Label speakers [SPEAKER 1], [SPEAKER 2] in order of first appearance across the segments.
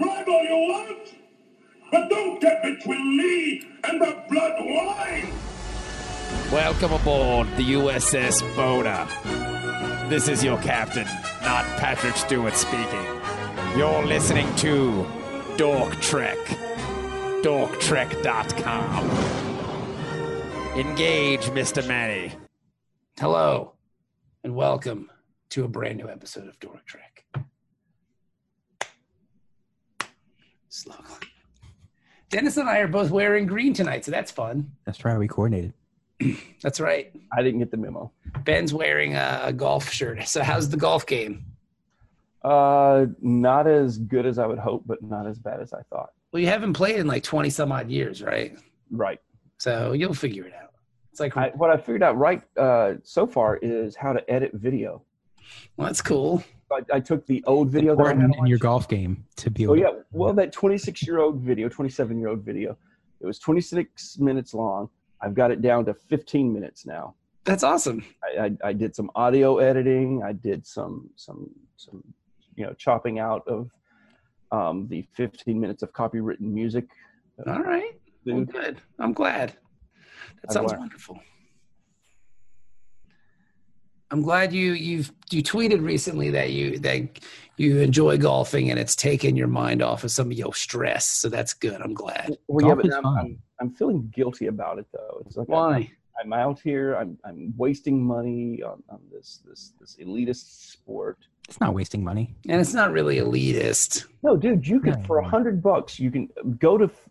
[SPEAKER 1] all you want, but don't get between me and the blood wine.
[SPEAKER 2] Welcome aboard the USS Boda. This is your captain, not Patrick Stewart speaking. You're listening to Dork Trek. DorkTrek.com. Engage, Mr. Manny.
[SPEAKER 3] Hello, and welcome to a brand new episode of Dork Trek. Slowly. Dennis and I are both wearing green tonight, so that's fun.
[SPEAKER 4] That's right. We coordinated.
[SPEAKER 3] That's right.
[SPEAKER 5] I didn't get the memo.
[SPEAKER 3] Ben's wearing a, a golf shirt. So, how's the golf game?
[SPEAKER 5] Uh, not as good as I would hope, but not as bad as I thought.
[SPEAKER 3] Well, you haven't played in like 20 some odd years, right?
[SPEAKER 5] Right.
[SPEAKER 3] So, you'll figure it out. It's like,
[SPEAKER 5] I, what I figured out right uh, so far is how to edit video.
[SPEAKER 3] well, that's cool.
[SPEAKER 5] I, I took the old video that I had
[SPEAKER 4] Important
[SPEAKER 5] on
[SPEAKER 4] in your golf game to be
[SPEAKER 5] Oh
[SPEAKER 4] able.
[SPEAKER 5] yeah, well that 26 year old video, 27 year old video, it was 26 minutes long. I've got it down to 15 minutes now.
[SPEAKER 3] That's awesome.
[SPEAKER 5] I, I, I did some audio editing. I did some some some you know chopping out of um, the 15 minutes of copywritten music.
[SPEAKER 3] All right. Well,
[SPEAKER 5] Dude,
[SPEAKER 3] good. I'm glad. That
[SPEAKER 5] I've
[SPEAKER 3] sounds
[SPEAKER 5] learned.
[SPEAKER 3] wonderful. I'm glad you you've you tweeted recently that you that you enjoy golfing and it's taken your mind off of some of your stress. So that's good. I'm glad.
[SPEAKER 5] Well, yeah,
[SPEAKER 4] Golf
[SPEAKER 5] but
[SPEAKER 4] is
[SPEAKER 5] I'm,
[SPEAKER 4] fun.
[SPEAKER 5] I'm, I'm feeling guilty about it though. It's like I'm,
[SPEAKER 3] Why?
[SPEAKER 5] I'm out here. I'm I'm wasting money on, on this this this elitist sport.
[SPEAKER 4] It's not wasting money.
[SPEAKER 3] And it's not really elitist.
[SPEAKER 5] No, dude, you could
[SPEAKER 4] No.
[SPEAKER 5] for a hundred bucks, you can go to f-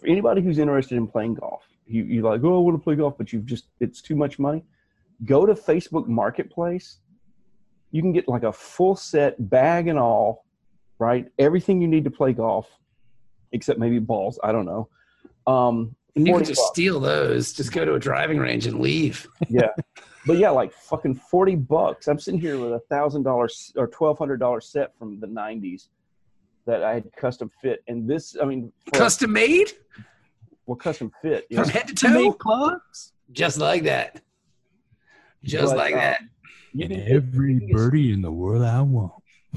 [SPEAKER 5] for anybody who's interested in playing golf. You you like, oh, I want to play golf, but you've just it's too much money. Go to Facebook Marketplace. You can get like a full set, bag and all, right? Everything you need to play golf, except maybe balls. I don't know. Um,
[SPEAKER 3] And you can
[SPEAKER 5] 40
[SPEAKER 3] just
[SPEAKER 5] bucks.
[SPEAKER 3] steal those. Just go to a driving range and leave.
[SPEAKER 5] yeah, but yeah, like fucking forty bucks. I'm sitting here with a thousand dollars or twelve hundred dollar set from the '90s that I had custom fit, and this, I mean, for-
[SPEAKER 3] Custom made
[SPEAKER 5] well, custom fit. yeah.
[SPEAKER 3] from head to toe,
[SPEAKER 4] clubs.
[SPEAKER 3] just like that. Just
[SPEAKER 5] But,
[SPEAKER 3] like
[SPEAKER 5] uh,
[SPEAKER 3] that.
[SPEAKER 5] You
[SPEAKER 4] And
[SPEAKER 5] can get-
[SPEAKER 4] every
[SPEAKER 5] biggest-
[SPEAKER 4] birdie in the world I want.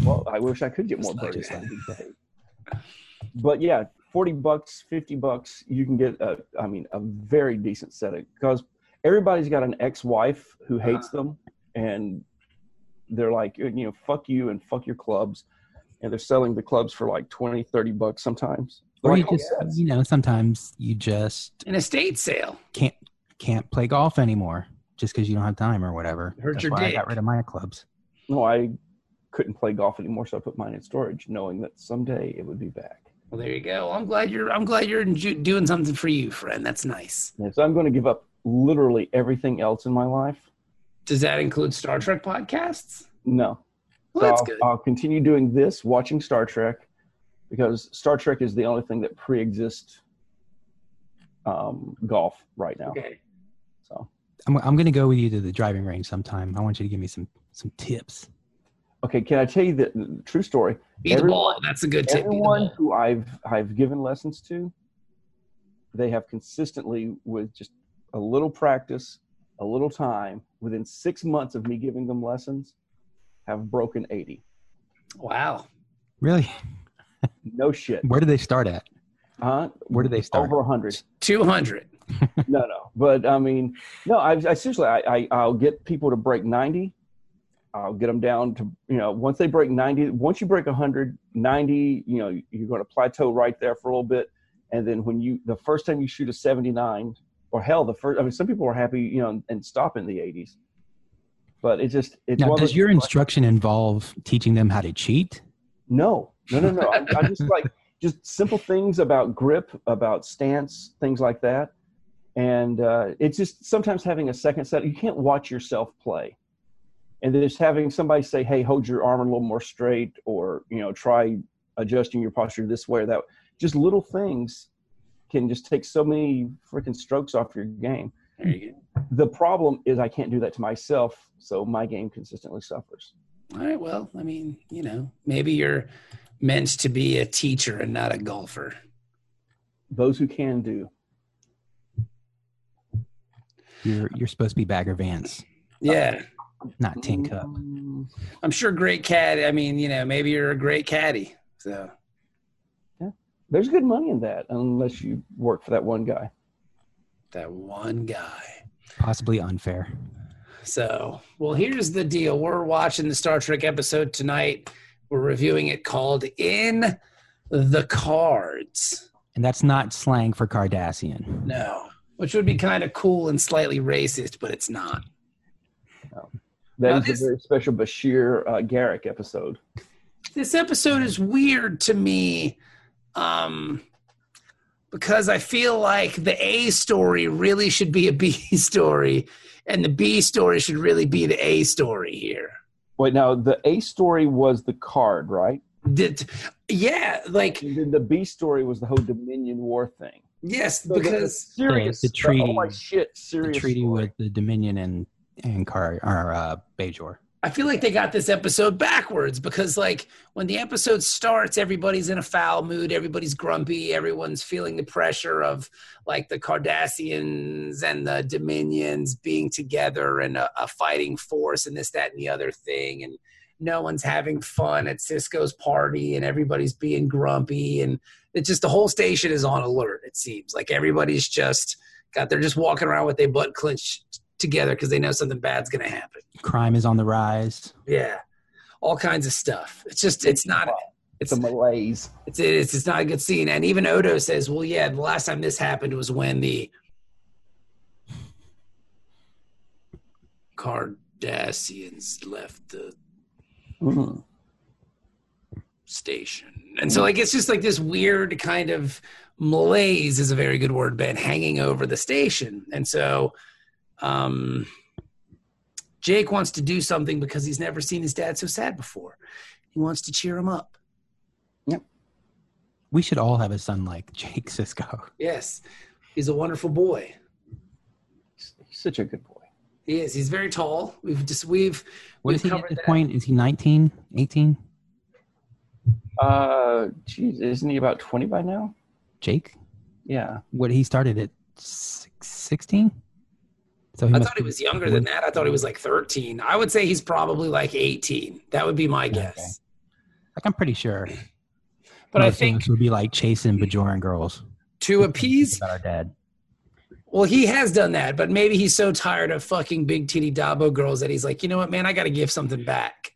[SPEAKER 5] well, I wish I could get more
[SPEAKER 3] Just like
[SPEAKER 5] burgers
[SPEAKER 3] that.
[SPEAKER 5] on these days. But yeah, forty bucks, fifty bucks, you can get a, I mean, a very decent set of because everybody's got an ex-wife who hates them, and they're like, you know, fuck you and fuck your clubs, and they're selling the clubs for like 20, 30 bucks sometimes. They're
[SPEAKER 4] Or you
[SPEAKER 5] like, "Oh,
[SPEAKER 4] just,
[SPEAKER 5] yes."
[SPEAKER 4] you know, sometimes you just
[SPEAKER 3] An estate sale.
[SPEAKER 4] can't can't play golf anymore just because you don't have time or whatever.
[SPEAKER 3] Hurt
[SPEAKER 4] That's
[SPEAKER 3] your
[SPEAKER 4] why I
[SPEAKER 3] dick.
[SPEAKER 4] got rid of my clubs.
[SPEAKER 5] No, I couldn't play golf anymore, so I put mine in storage, knowing that someday it would be back.
[SPEAKER 3] Well, there you go. I'm glad you're. I'm glad you're enjo- doing something for you, friend. That's nice.
[SPEAKER 5] And so I'm going to give up literally everything else in my life.
[SPEAKER 3] Does that include Star Trek podcasts?
[SPEAKER 5] No.
[SPEAKER 3] Well,
[SPEAKER 5] So
[SPEAKER 3] that's
[SPEAKER 5] I'll,
[SPEAKER 3] good.
[SPEAKER 5] I'll continue doing this, watching Star Trek, because Star Trek is the only thing that pre-exists um, golf right now.
[SPEAKER 3] Okay.
[SPEAKER 5] So
[SPEAKER 4] I'm I'm gonna go with you to the driving range sometime. I want you to give me some some tips.
[SPEAKER 5] okay, can I tell you the, the true story?
[SPEAKER 3] Be the
[SPEAKER 5] Everyone-
[SPEAKER 3] ball. That's a good tip. Be the
[SPEAKER 5] Everyone
[SPEAKER 3] ball.
[SPEAKER 5] who I've I've given lessons to, they have consistently with just a little practice, a little time, within six months of me giving them lessons, have broken eighty.
[SPEAKER 3] Wow.
[SPEAKER 4] Really?
[SPEAKER 5] No shit.
[SPEAKER 4] Where do they start at?
[SPEAKER 5] Huh?
[SPEAKER 4] Where do they start?
[SPEAKER 5] Over a hundred.
[SPEAKER 3] Two hundred.
[SPEAKER 5] no, no. But I mean, no. I, I seriously, I, I, I'll get people to break ninety. I'll get them down to you know once they break ninety. Once you break 100, 90, you know you're going to plateau right there for a little bit, and then when you the first time you shoot a seventy nine, or hell, the first. I mean, some people are happy, you know, and stop in the eighties. But it just it's
[SPEAKER 4] Now,
[SPEAKER 5] one of
[SPEAKER 4] does
[SPEAKER 5] those-
[SPEAKER 4] your instruction involve teaching them how to cheat?
[SPEAKER 5] no, no, no, no. I'm, I'm just like just simple things about grip, about stance, things like that. And uh, it's just sometimes having a second set. You can't watch yourself play, and then just having somebody say, "Hey, hold your arm a little more straight," or you know, try adjusting your posture this way or that. way. Just little things can just take so many freaking strokes off your game.
[SPEAKER 3] There you
[SPEAKER 5] The problem is I can't do that to myself, so my game consistently suffers.
[SPEAKER 3] go. All right. Well, I mean, you know, maybe you're meant to be a teacher and not a golfer.
[SPEAKER 5] Those who can do.
[SPEAKER 4] You're you're supposed to be Bagger Vance,
[SPEAKER 3] Yeah.
[SPEAKER 4] not Tin Cup.
[SPEAKER 5] Mm,
[SPEAKER 3] I'm sure great caddy. I mean, you know, maybe you're a great caddy. So
[SPEAKER 5] There's good money in that, unless you work for that one guy.
[SPEAKER 3] That one guy.
[SPEAKER 4] Possibly unfair.
[SPEAKER 3] So, well, here's the deal. We're watching the Star Trek episode tonight. We're reviewing it called In the Cards.
[SPEAKER 4] And that's not slang for Cardassian.
[SPEAKER 3] No. Which would be kind of cool and slightly racist, but it's not. Now
[SPEAKER 5] That is
[SPEAKER 3] this-
[SPEAKER 5] a very special Bashir uh, Garrick episode.
[SPEAKER 3] This episode is weird to me um, because I feel like the A story really should be a B story, and the B story should really be the A story here.
[SPEAKER 5] Wait, now the A story was the card, right?
[SPEAKER 3] Did, yeah, like,
[SPEAKER 5] And then the B story was the whole Dominion War thing.
[SPEAKER 3] yes,
[SPEAKER 5] So the- the
[SPEAKER 3] because.
[SPEAKER 5] serious,
[SPEAKER 4] The- the treaty-
[SPEAKER 5] oh my shit,
[SPEAKER 4] The
[SPEAKER 5] serious
[SPEAKER 4] treaty
[SPEAKER 5] story.
[SPEAKER 4] with the Dominion and and Car or uh, Bajor.
[SPEAKER 3] I feel like they got this episode backwards because, like, when the episode starts, everybody's in a foul mood, everybody's grumpy, everyone's feeling the pressure of like the Cardassians and the Dominions being together and a, a fighting force and this, that, and the other thing. And no one's having fun at Cisco's party and everybody's being grumpy. And it's just the whole station is on alert, it seems. Like, everybody's just got, they're just walking around with their butt clenched together because they know something bad's going to happen.
[SPEAKER 4] Crime is on the rise.
[SPEAKER 3] Yeah, all kinds of stuff. It's just it's not
[SPEAKER 5] it's a malaise.
[SPEAKER 3] it's it's it's not a good scene. And even Odo says, "Well, yeah, the last time this happened was when the Cardassians left the
[SPEAKER 5] Mhm.
[SPEAKER 3] station." And so, like, it's just like this weird kind of malaise is a very good word, Ben, hanging over the station. And so, um. Jake wants to do something because he's never seen his dad so sad before. He wants to cheer him up.
[SPEAKER 4] We should all have a son like Jake Sisko.
[SPEAKER 3] Yes, he's a wonderful boy.
[SPEAKER 5] He's he's such a good boy.
[SPEAKER 3] He is. He's very tall. We've just we've
[SPEAKER 4] What
[SPEAKER 3] we've
[SPEAKER 4] is he at
[SPEAKER 3] covered
[SPEAKER 4] this
[SPEAKER 3] that.
[SPEAKER 4] point? Is he 19, 18?
[SPEAKER 5] Uh, geez, isn't he about twenty by now?
[SPEAKER 4] Jake?
[SPEAKER 5] Yeah,
[SPEAKER 4] What he started at six- 16? So he
[SPEAKER 3] I
[SPEAKER 4] must
[SPEAKER 3] thought he
[SPEAKER 4] be-
[SPEAKER 3] was younger than that. I thought he was like 13. I would say he's probably like 18. That would be my guess.
[SPEAKER 4] Like I'm pretty sure.
[SPEAKER 3] But I
[SPEAKER 4] most of
[SPEAKER 3] think
[SPEAKER 4] us would be like chasing Bajoran girls.
[SPEAKER 3] to appease,
[SPEAKER 4] About our dad.
[SPEAKER 3] well, he has done that, but maybe he's so tired of fucking big titty Dabo girls that he's like, you know what, man, I got to give something back.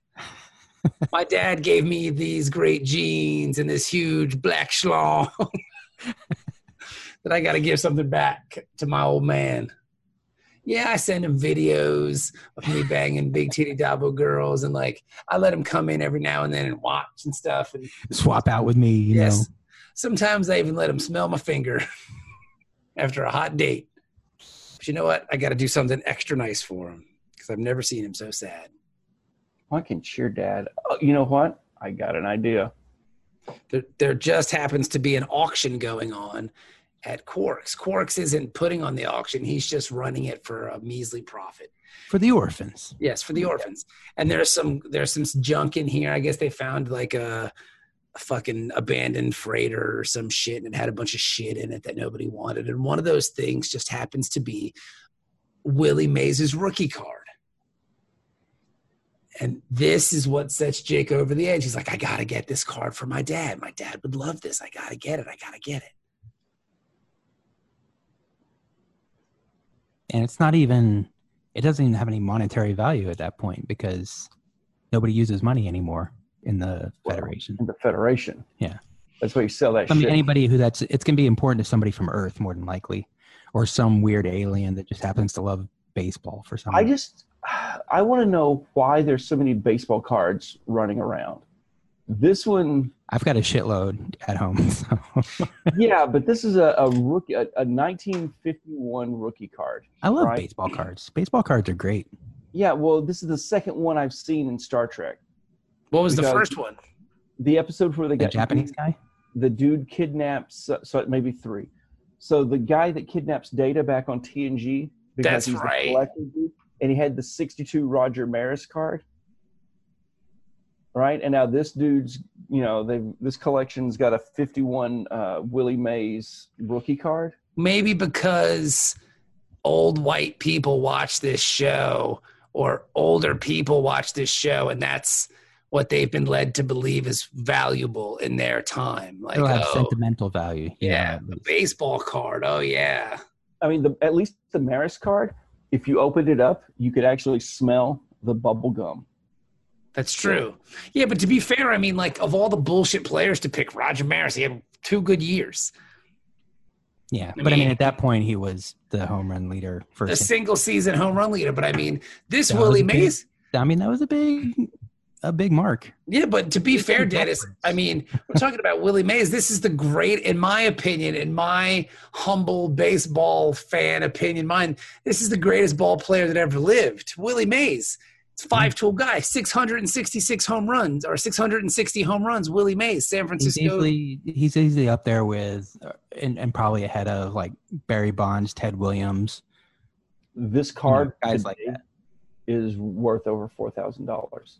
[SPEAKER 3] my dad gave me these great jeans and this huge black schlong that I got to give something back to my old man. Yeah, I send him videos of me banging big titty Dabo girls, and like I let him come in every now and then and watch and stuff. And
[SPEAKER 4] Swap out with me, you
[SPEAKER 3] yes, sometimes I even let him smell my finger after a hot date. But you know what? I got to do something extra nice for him because I've never seen him so sad.
[SPEAKER 5] I can cheer dad. Oh, you know what? I got an idea.
[SPEAKER 3] there, there just happens to be an auction going on at Quarks. Quarks isn't putting on the auction, he's just running it for a measly profit.
[SPEAKER 4] know, for the orphans.
[SPEAKER 3] Yes, for the orphans. And there's some there's some junk in here. I guess they found like a, a fucking abandoned freighter or some shit and it had a bunch of shit in it that nobody wanted. And one of those things just happens to be Willie Mays' rookie card. And this is what sets Jake over the edge. He's like, I gotta get this card for my dad. My dad would love this. I gotta get it. I gotta get it.
[SPEAKER 4] And it's not even, it doesn't even have any monetary value at that point because nobody uses money anymore in the
[SPEAKER 5] Well,
[SPEAKER 4] Federation.
[SPEAKER 5] In the Federation.
[SPEAKER 4] Yeah.
[SPEAKER 5] that's where you sell that
[SPEAKER 4] I mean,
[SPEAKER 5] shit.
[SPEAKER 4] anybody who that's, it's going to be important to somebody from Earth more than likely or some weird alien that just happens to love baseball for some
[SPEAKER 5] I
[SPEAKER 4] reason.
[SPEAKER 5] just I want to know why there's so many baseball cards running around. This one,
[SPEAKER 4] I've got a shitload at home. So
[SPEAKER 5] yeah, but this is a, a rookie, a, a 1951 rookie card.
[SPEAKER 4] I love
[SPEAKER 5] Right.
[SPEAKER 4] baseball cards. Baseball cards are great.
[SPEAKER 5] Yeah, well, this is the second one I've seen in Star Trek.
[SPEAKER 3] What was the
[SPEAKER 5] Because-
[SPEAKER 3] first one?
[SPEAKER 5] The episode where they
[SPEAKER 4] The
[SPEAKER 5] got
[SPEAKER 4] Japanese guy?
[SPEAKER 5] the dude kidnaps uh, so maybe three so the guy that kidnaps data back on tng because
[SPEAKER 3] That's
[SPEAKER 5] he's the
[SPEAKER 3] right.
[SPEAKER 5] collector dude, and he had the 62 roger maris card right and now this dude's you know they this collection's got a 51 uh, willie mays rookie card
[SPEAKER 3] maybe because old white people watch this show or older people watch this show and that's what they've been led to believe is valuable in their time. Like,
[SPEAKER 4] It'll have
[SPEAKER 3] oh,
[SPEAKER 4] sentimental value. you know,
[SPEAKER 3] yeah,
[SPEAKER 4] at
[SPEAKER 3] a
[SPEAKER 4] least.
[SPEAKER 3] baseball card. Oh, yeah.
[SPEAKER 5] I mean, the, at least the Maris card, if you opened it up, you could actually smell the bubble gum.
[SPEAKER 3] That's true. Yeah, but to be fair, I mean, like, of all the bullshit players to pick, Roger Maris, he had two good years.
[SPEAKER 4] Yeah,
[SPEAKER 3] I
[SPEAKER 4] but I mean,
[SPEAKER 3] mean-
[SPEAKER 4] at that point, he was the home run leader for.
[SPEAKER 3] The single season home run leader. But I mean, this
[SPEAKER 4] That was
[SPEAKER 3] Willie
[SPEAKER 4] a big-
[SPEAKER 3] Mays.
[SPEAKER 4] I mean, that was a big, a big mark.
[SPEAKER 3] Yeah, but to be fair,
[SPEAKER 4] two
[SPEAKER 3] Dennis,
[SPEAKER 4] records.
[SPEAKER 3] I mean, we're talking about Willie Mays. This is the great, in my opinion, in my humble baseball fan opinion, mine, this is the greatest ball player that ever lived. Willie Mays. It's
[SPEAKER 4] Mm-hmm.
[SPEAKER 3] five tool guy, 666 home runs or 660 home runs. Willie Mays, San
[SPEAKER 4] He's
[SPEAKER 3] Francisco.
[SPEAKER 4] easily, he's easily up there with, uh, and, and probably ahead of like Barry Bonds, Ted Williams,
[SPEAKER 5] This card
[SPEAKER 4] Yeah, guys like
[SPEAKER 5] today is worth over four thousand dollars.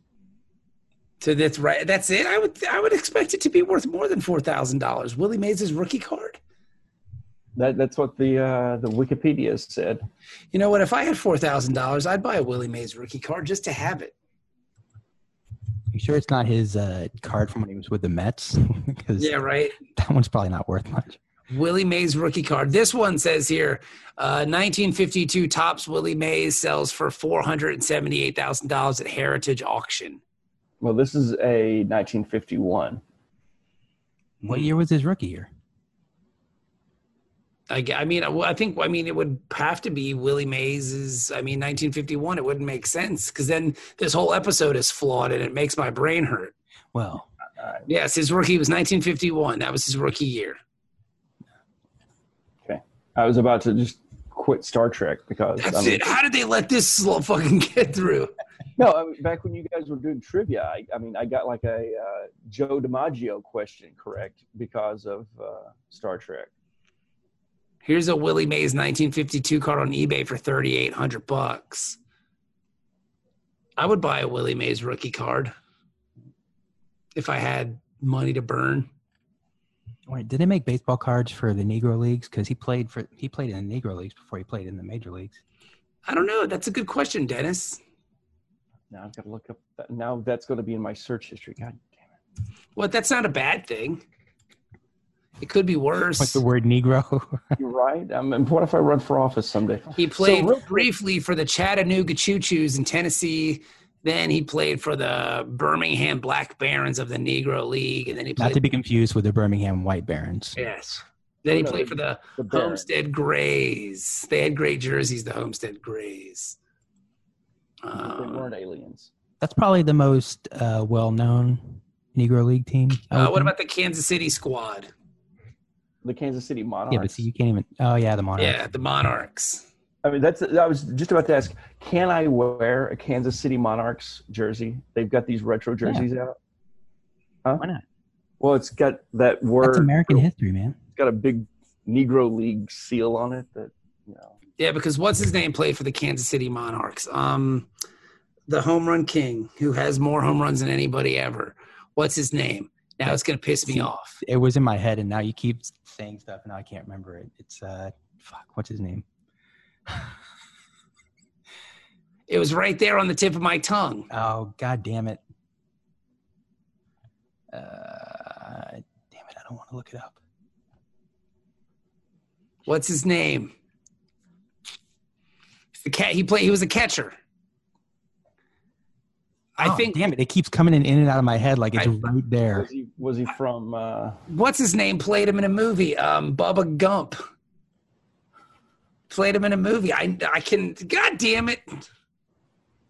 [SPEAKER 3] So that's right. That's it. I would I would expect it to be worth more than four thousand dollars. Willie Mays' rookie card.
[SPEAKER 5] That that's what the uh, the Wikipedia said.
[SPEAKER 3] You know what? If I had four thousand dollars, I'd buy a Willie Mays rookie card just to have it.
[SPEAKER 4] You sure it's not his uh, card from when he was with the Mets? because
[SPEAKER 3] Yeah, right.
[SPEAKER 4] that one's probably not worth much.
[SPEAKER 3] Willie Mays rookie card. This one says here, uh, 1952 tops Willie Mays sells for four hundred and seventy-eight thousand dollars at Heritage Auction.
[SPEAKER 5] Well, this is a 1951.
[SPEAKER 3] Hmm.
[SPEAKER 4] What year was his rookie year?
[SPEAKER 3] I, g- I mean, I, I think I mean it would have to be Willie Mays's. I mean, 1951. It wouldn't make sense because then this whole episode is flawed and it makes my brain hurt.
[SPEAKER 4] Well,
[SPEAKER 3] Yes, his rookie was 1951. That was his rookie year.
[SPEAKER 5] I was about to just quit Star Trek because
[SPEAKER 3] That's
[SPEAKER 5] I mean,
[SPEAKER 3] it. How did they let this slow fucking get through?
[SPEAKER 5] no, I mean, back when you guys were doing trivia, I, I mean, I got like a uh, Joe DiMaggio question correct because of uh, Star Trek.
[SPEAKER 3] Here's a Willie Mays 1952 card on eBay for 3,800 bucks. I would buy a Willie Mays rookie card if I had money to burn.
[SPEAKER 4] wait, did they make baseball cards for the Negro leagues? Because he played for he played in the Negro leagues before he played in the major leagues.
[SPEAKER 3] I don't know. That's a good question, Dennis.
[SPEAKER 5] Now I've got to look up. That. Now that's going to be in my search history. God damn
[SPEAKER 3] Well, that's not a bad thing. It could be
[SPEAKER 4] Like
[SPEAKER 3] worse.
[SPEAKER 4] the word Negro.
[SPEAKER 5] it! You're right. I mean, what if I run for office someday?
[SPEAKER 3] He played
[SPEAKER 5] real quick-
[SPEAKER 3] briefly for the Chattanooga Choo Choos in Tennessee. Then he played for the Birmingham Black Barons of the Negro League, and then he
[SPEAKER 4] not to
[SPEAKER 3] played.
[SPEAKER 4] be confused with the Birmingham White Barons.
[SPEAKER 3] yes. Then
[SPEAKER 4] Oh,
[SPEAKER 3] he
[SPEAKER 5] No,
[SPEAKER 3] played for the
[SPEAKER 5] The Baron.
[SPEAKER 3] Homestead Grays. They had great jerseys, the Homestead Grays.
[SPEAKER 5] They
[SPEAKER 3] Uh,
[SPEAKER 5] weren't aliens.
[SPEAKER 4] That's probably the most uh, well known Negro league team. I
[SPEAKER 3] uh,
[SPEAKER 4] would
[SPEAKER 3] what
[SPEAKER 4] think.
[SPEAKER 3] about the Kansas City squad?
[SPEAKER 5] The Kansas City Monarchs.
[SPEAKER 4] Yeah, but see, you can't even. Oh yeah, the Monarchs.
[SPEAKER 3] Yeah, the Monarchs.
[SPEAKER 5] I mean, that's. I was just about to ask. Can I wear a Kansas City Monarchs jersey? They've got these retro jerseys out.
[SPEAKER 4] Why not?
[SPEAKER 5] Well, it's got that word.
[SPEAKER 4] That's American history, man.
[SPEAKER 5] It's got a big Negro League seal on it. That you know.
[SPEAKER 3] Yeah, because what's his name played for the Kansas City Monarchs? Um, the home run king who has more home runs than anybody ever. What's his name? Now it's gonna piss me off.
[SPEAKER 4] It was in my head, and now you keep saying stuff, and I can't remember it. It's uh, fuck. What's his name?
[SPEAKER 3] It was right there on the tip of my tongue.
[SPEAKER 4] Oh god damn it. Uh, damn it! I don't want to look it up.
[SPEAKER 3] What's his name? It's The cat he played. He was a catcher. I
[SPEAKER 4] Oh,
[SPEAKER 3] think.
[SPEAKER 4] Damn it! It keeps coming in, in and out of my head like it's
[SPEAKER 3] I-
[SPEAKER 4] right there.
[SPEAKER 5] Was he was he from? Uh,
[SPEAKER 3] What's his name played him in a movie? Um, Bubba Gump played him in a movie. I I can. God damn it!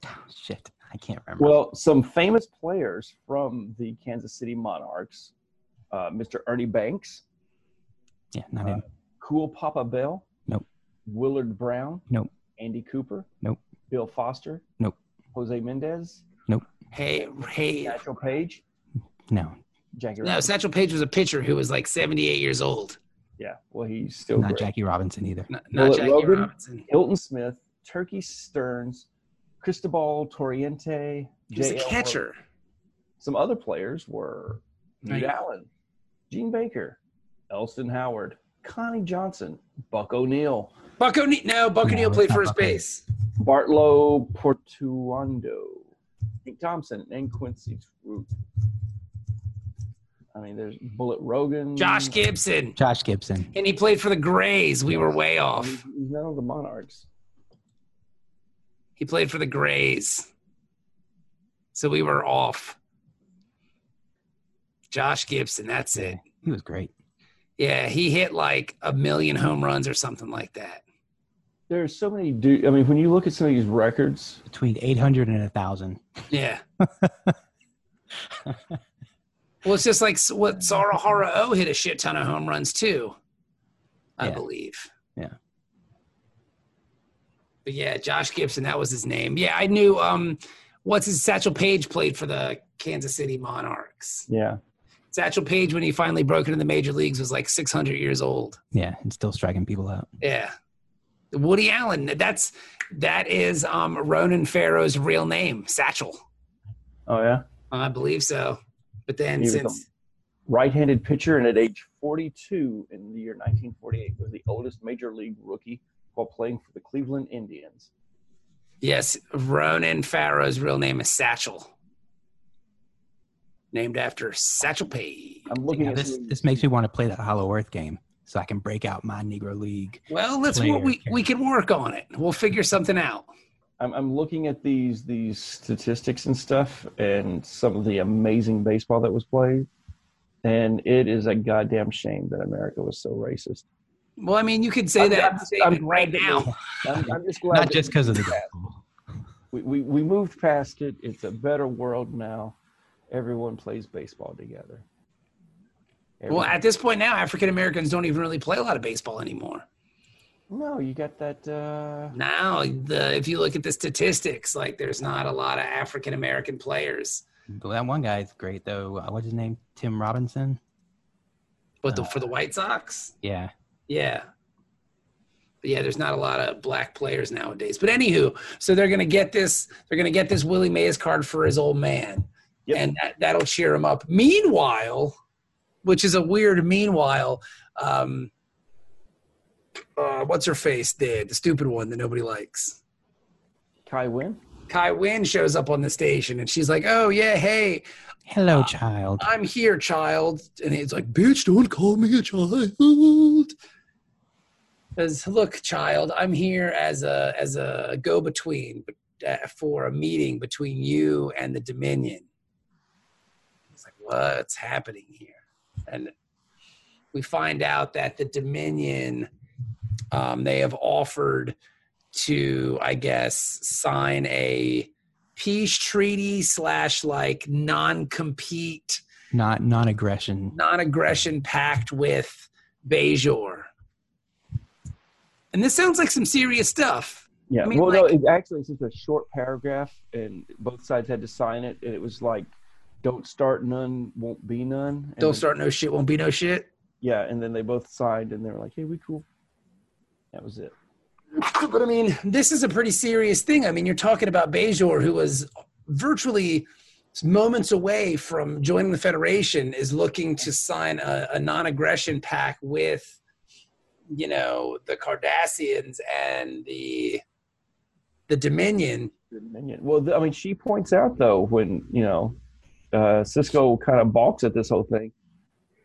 [SPEAKER 4] Oh, Shit, I can't remember.
[SPEAKER 5] well, some famous players from the Kansas City Monarchs. Uh, Mr. Ernie Banks,
[SPEAKER 4] yeah, not
[SPEAKER 5] uh,
[SPEAKER 4] him.
[SPEAKER 5] Cool Papa Bell.
[SPEAKER 4] Nope.
[SPEAKER 5] Willard Brown.
[SPEAKER 4] Nope.
[SPEAKER 5] Andy Cooper.
[SPEAKER 4] Nope.
[SPEAKER 5] Bill Foster.
[SPEAKER 4] Nope.
[SPEAKER 5] Jose Mendez.
[SPEAKER 3] Hey, hey. uh,
[SPEAKER 5] Natural Page.
[SPEAKER 4] No,
[SPEAKER 5] Jackie.
[SPEAKER 3] No,
[SPEAKER 5] Robinson.
[SPEAKER 3] Satchel Paige was a pitcher who was like 78 years old.
[SPEAKER 5] yeah. Well, he's still
[SPEAKER 4] not
[SPEAKER 5] great.
[SPEAKER 4] Jackie Robinson either.
[SPEAKER 3] Not,
[SPEAKER 5] Bullet
[SPEAKER 3] not Jackie
[SPEAKER 5] Rogan?
[SPEAKER 3] Robinson.
[SPEAKER 5] Hilton Smith, Turkey Stearns, Cristobal Torriente.
[SPEAKER 3] He was a
[SPEAKER 5] J.L.
[SPEAKER 3] catcher.
[SPEAKER 5] Some other players were Pete
[SPEAKER 3] Right.
[SPEAKER 5] Allen, Gene Baker, Elston Howard, Connie Johnson, Buck O'Neill,
[SPEAKER 3] Buck O'Neal. No, Buck
[SPEAKER 4] No,
[SPEAKER 3] O'Neal
[SPEAKER 4] it's
[SPEAKER 3] played
[SPEAKER 4] not
[SPEAKER 3] first
[SPEAKER 4] Buck O'Neal.
[SPEAKER 3] base.
[SPEAKER 5] Bartolo Portuondo, Frank Thompson and Quincy Root. I mean, there's Bullet Rogan.
[SPEAKER 3] Josh Gibson,
[SPEAKER 4] Josh Gibson.
[SPEAKER 3] and he played for the Grays. We were way
[SPEAKER 5] He's
[SPEAKER 3] off.
[SPEAKER 5] none of the Monarchs.
[SPEAKER 3] He played for the Grays, so we were off. Josh Gibson, that's it.
[SPEAKER 4] He was great.
[SPEAKER 3] Yeah, he hit like a million home runs or something like that.
[SPEAKER 5] There are so many dudes. I mean, when you look at some of these records,
[SPEAKER 4] Between 800 and 1,000.
[SPEAKER 3] Yeah. well, it's just like s- what Sarahara O hit a shit ton of home runs too, I
[SPEAKER 4] Yeah.
[SPEAKER 3] believe.
[SPEAKER 4] Yeah.
[SPEAKER 3] But yeah, Josh Gibson, that was his name. Yeah, I knew. Um, what's his Satchel Paige played for the Kansas City Monarchs.
[SPEAKER 5] yeah,
[SPEAKER 3] Satchel Paige, when he finally broke into the major leagues, was like 600 years old.
[SPEAKER 4] Yeah, and still striking people out.
[SPEAKER 3] Yeah. Woody Allen. That's that is um Ronan Farrow's real name, Satchel.
[SPEAKER 5] oh yeah,
[SPEAKER 3] I believe so. But then
[SPEAKER 5] He was
[SPEAKER 3] since
[SPEAKER 5] right-handed pitcher, and at age 42 in the year 1948 was the oldest major league rookie while playing for the Cleveland Indians.
[SPEAKER 3] yes, Ronan Farrow's real name is Satchel. Named after Satchel Paige.
[SPEAKER 5] I'm looking
[SPEAKER 4] Now,
[SPEAKER 5] at
[SPEAKER 4] this
[SPEAKER 5] some of
[SPEAKER 4] this
[SPEAKER 5] these-
[SPEAKER 4] makes me want to play that Hollow Earth game so I can break out my Negro League.
[SPEAKER 3] Well, let's
[SPEAKER 4] Player,
[SPEAKER 3] we we can work on it. We'll figure something out.
[SPEAKER 5] I'm, I'm looking at these these statistics and stuff, and some of the amazing baseball that was played. And it is a goddamn shame that America was so racist.
[SPEAKER 3] Well, I mean, you could say
[SPEAKER 5] I'm-
[SPEAKER 3] that
[SPEAKER 5] I'm just-
[SPEAKER 3] statement
[SPEAKER 5] I'm-
[SPEAKER 3] right now.
[SPEAKER 5] I'm, I'm just glad
[SPEAKER 4] Not
[SPEAKER 5] that
[SPEAKER 4] just because of the
[SPEAKER 5] we, we we moved past it. It's a better world now. Everyone plays baseball together.
[SPEAKER 3] Well,
[SPEAKER 5] Everyone-
[SPEAKER 3] at this point now, African Americans don't even really play a lot of baseball anymore.
[SPEAKER 5] no, you got that. Uh,
[SPEAKER 3] now the if you look at the statistics like there's not a lot of african american players
[SPEAKER 4] But that one guy is great, though. Uh, What's his name? Tim Robinson?
[SPEAKER 3] but the, for the white sox
[SPEAKER 4] Yeah.
[SPEAKER 3] yeah but yeah there's not a lot of black players nowadays but anywho so they're gonna get this they're gonna get this willie mays card for his old man
[SPEAKER 5] Yep.
[SPEAKER 3] and that, that'll cheer him up meanwhile which is a weird meanwhile um uh, what's her face did the stupid one that nobody likes
[SPEAKER 5] Kai Wynn.
[SPEAKER 3] kai Wynn shows up on the station and she's like oh yeah hey
[SPEAKER 4] Hello, child.
[SPEAKER 3] I'm here, child. And he's like, bitch, don't call me a child. Because look, child, I'm here as a as a go between for a meeting between you and the Dominion. It's like, what's happening here? And we find out that the Dominion, um, they have offered to, I guess, sign a peace treaty slash like non compete
[SPEAKER 4] Not non aggression.
[SPEAKER 3] non-aggression pact with Bejor. And this sounds like some serious stuff.
[SPEAKER 5] Yeah.
[SPEAKER 3] I mean,
[SPEAKER 5] well,
[SPEAKER 3] like-
[SPEAKER 5] no, it actually it's just a short paragraph, and both sides had to sign it, and it was like, "Don't start none, won't be none." And
[SPEAKER 3] Don't
[SPEAKER 5] then-
[SPEAKER 3] start no shit, won't be no shit.
[SPEAKER 5] Yeah, and then they both signed, and they were like, "Hey, we cool." That was it.
[SPEAKER 3] But I mean, this is a pretty serious thing. I mean, you're talking about Bejor, who was virtually moments away from joining the Federation, is looking to sign a, a non-aggression pact with, you know, the Cardassians and the the Dominion.
[SPEAKER 5] Dominion. Well, th- I mean, she points out though when you know uh, Cisco kind of balks at this whole thing.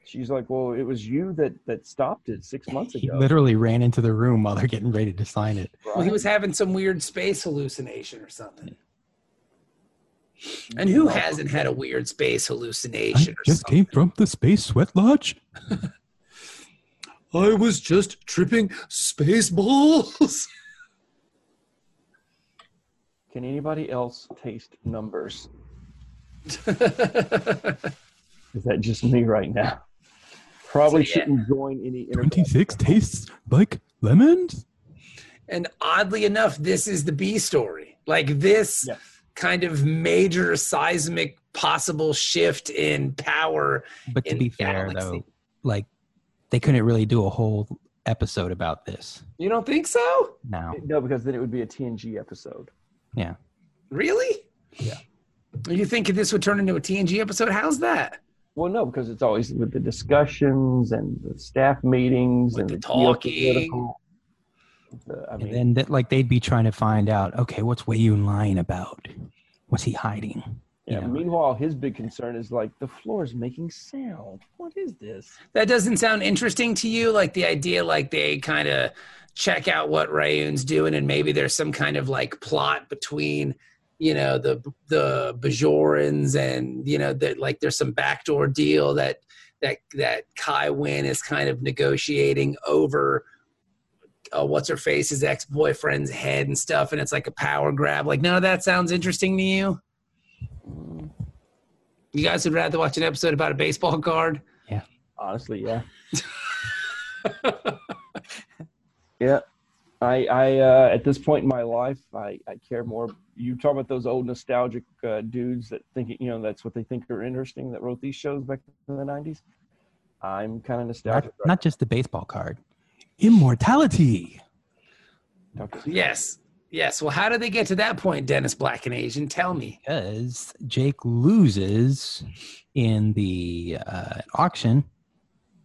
[SPEAKER 5] She's like, "Well, it was you that that stopped it six months
[SPEAKER 4] He
[SPEAKER 5] ago."
[SPEAKER 4] literally ran into the room while they're getting ready to sign it.
[SPEAKER 3] Well, he was having some weird space hallucination or something. And who hasn't had a weird space hallucination or something?
[SPEAKER 4] from the Space Sweat Lodge.
[SPEAKER 3] I was just tripping space balls.
[SPEAKER 5] Can anybody else taste numbers? Is that just me right now? Probably
[SPEAKER 3] So, yeah.
[SPEAKER 5] shouldn't join any. internet.
[SPEAKER 4] 26 tastes like lemons?
[SPEAKER 3] and oddly enough, this is the B story. Like this
[SPEAKER 5] Yeah.
[SPEAKER 3] kind of major seismic possible shift in power.
[SPEAKER 4] But to
[SPEAKER 3] in
[SPEAKER 4] be fair,
[SPEAKER 3] Galaxy.
[SPEAKER 4] though, like they couldn't really do a whole episode about this
[SPEAKER 3] You don't think so?
[SPEAKER 4] now.
[SPEAKER 5] No, because then it would be a TNG episode.
[SPEAKER 3] Really?
[SPEAKER 5] Yeah.
[SPEAKER 3] You think this would turn into a TNG episode? How's that?
[SPEAKER 5] Well, no, because it's always with the discussions and the staff meetings
[SPEAKER 3] With
[SPEAKER 5] and
[SPEAKER 3] the
[SPEAKER 5] geopolitical-
[SPEAKER 3] talking.
[SPEAKER 5] The, I
[SPEAKER 4] And
[SPEAKER 5] mean,
[SPEAKER 4] then, that, like, they'd be trying to find out, okay, what's Wei Yun lying about? what's he hiding?
[SPEAKER 5] Yeah.
[SPEAKER 4] Yeah.
[SPEAKER 5] Meanwhile, his big concern is like the floor is making sound. What is this?
[SPEAKER 3] That doesn't sound interesting to you? Like the idea, like they kind of check out what Rayun's doing, and maybe there's some kind of like plot between, you know, the the Bajorans and you know that like there's some backdoor deal that that that Kai Wynn is kind of negotiating over. Uh, what's her face? His ex boyfriend's head and stuff, and it's like a power grab. Like, none of that sounds interesting to you. You guys would rather watch an episode about a baseball card?
[SPEAKER 5] Honestly, yeah. yeah. I, I uh, at this point in my life, I, I care more. You talk about those old nostalgic uh, dudes that think you know that's what they think are interesting that wrote these shows back in the '90s. I'm kind
[SPEAKER 4] Not,
[SPEAKER 5] of nostalgic.
[SPEAKER 4] not just the baseball card. Immortality.
[SPEAKER 5] right now.
[SPEAKER 3] Yes. Yes. Well, how did they get to that point, Dennis Black and Asian? Tell me.
[SPEAKER 4] Because Jake loses in the uh, auction.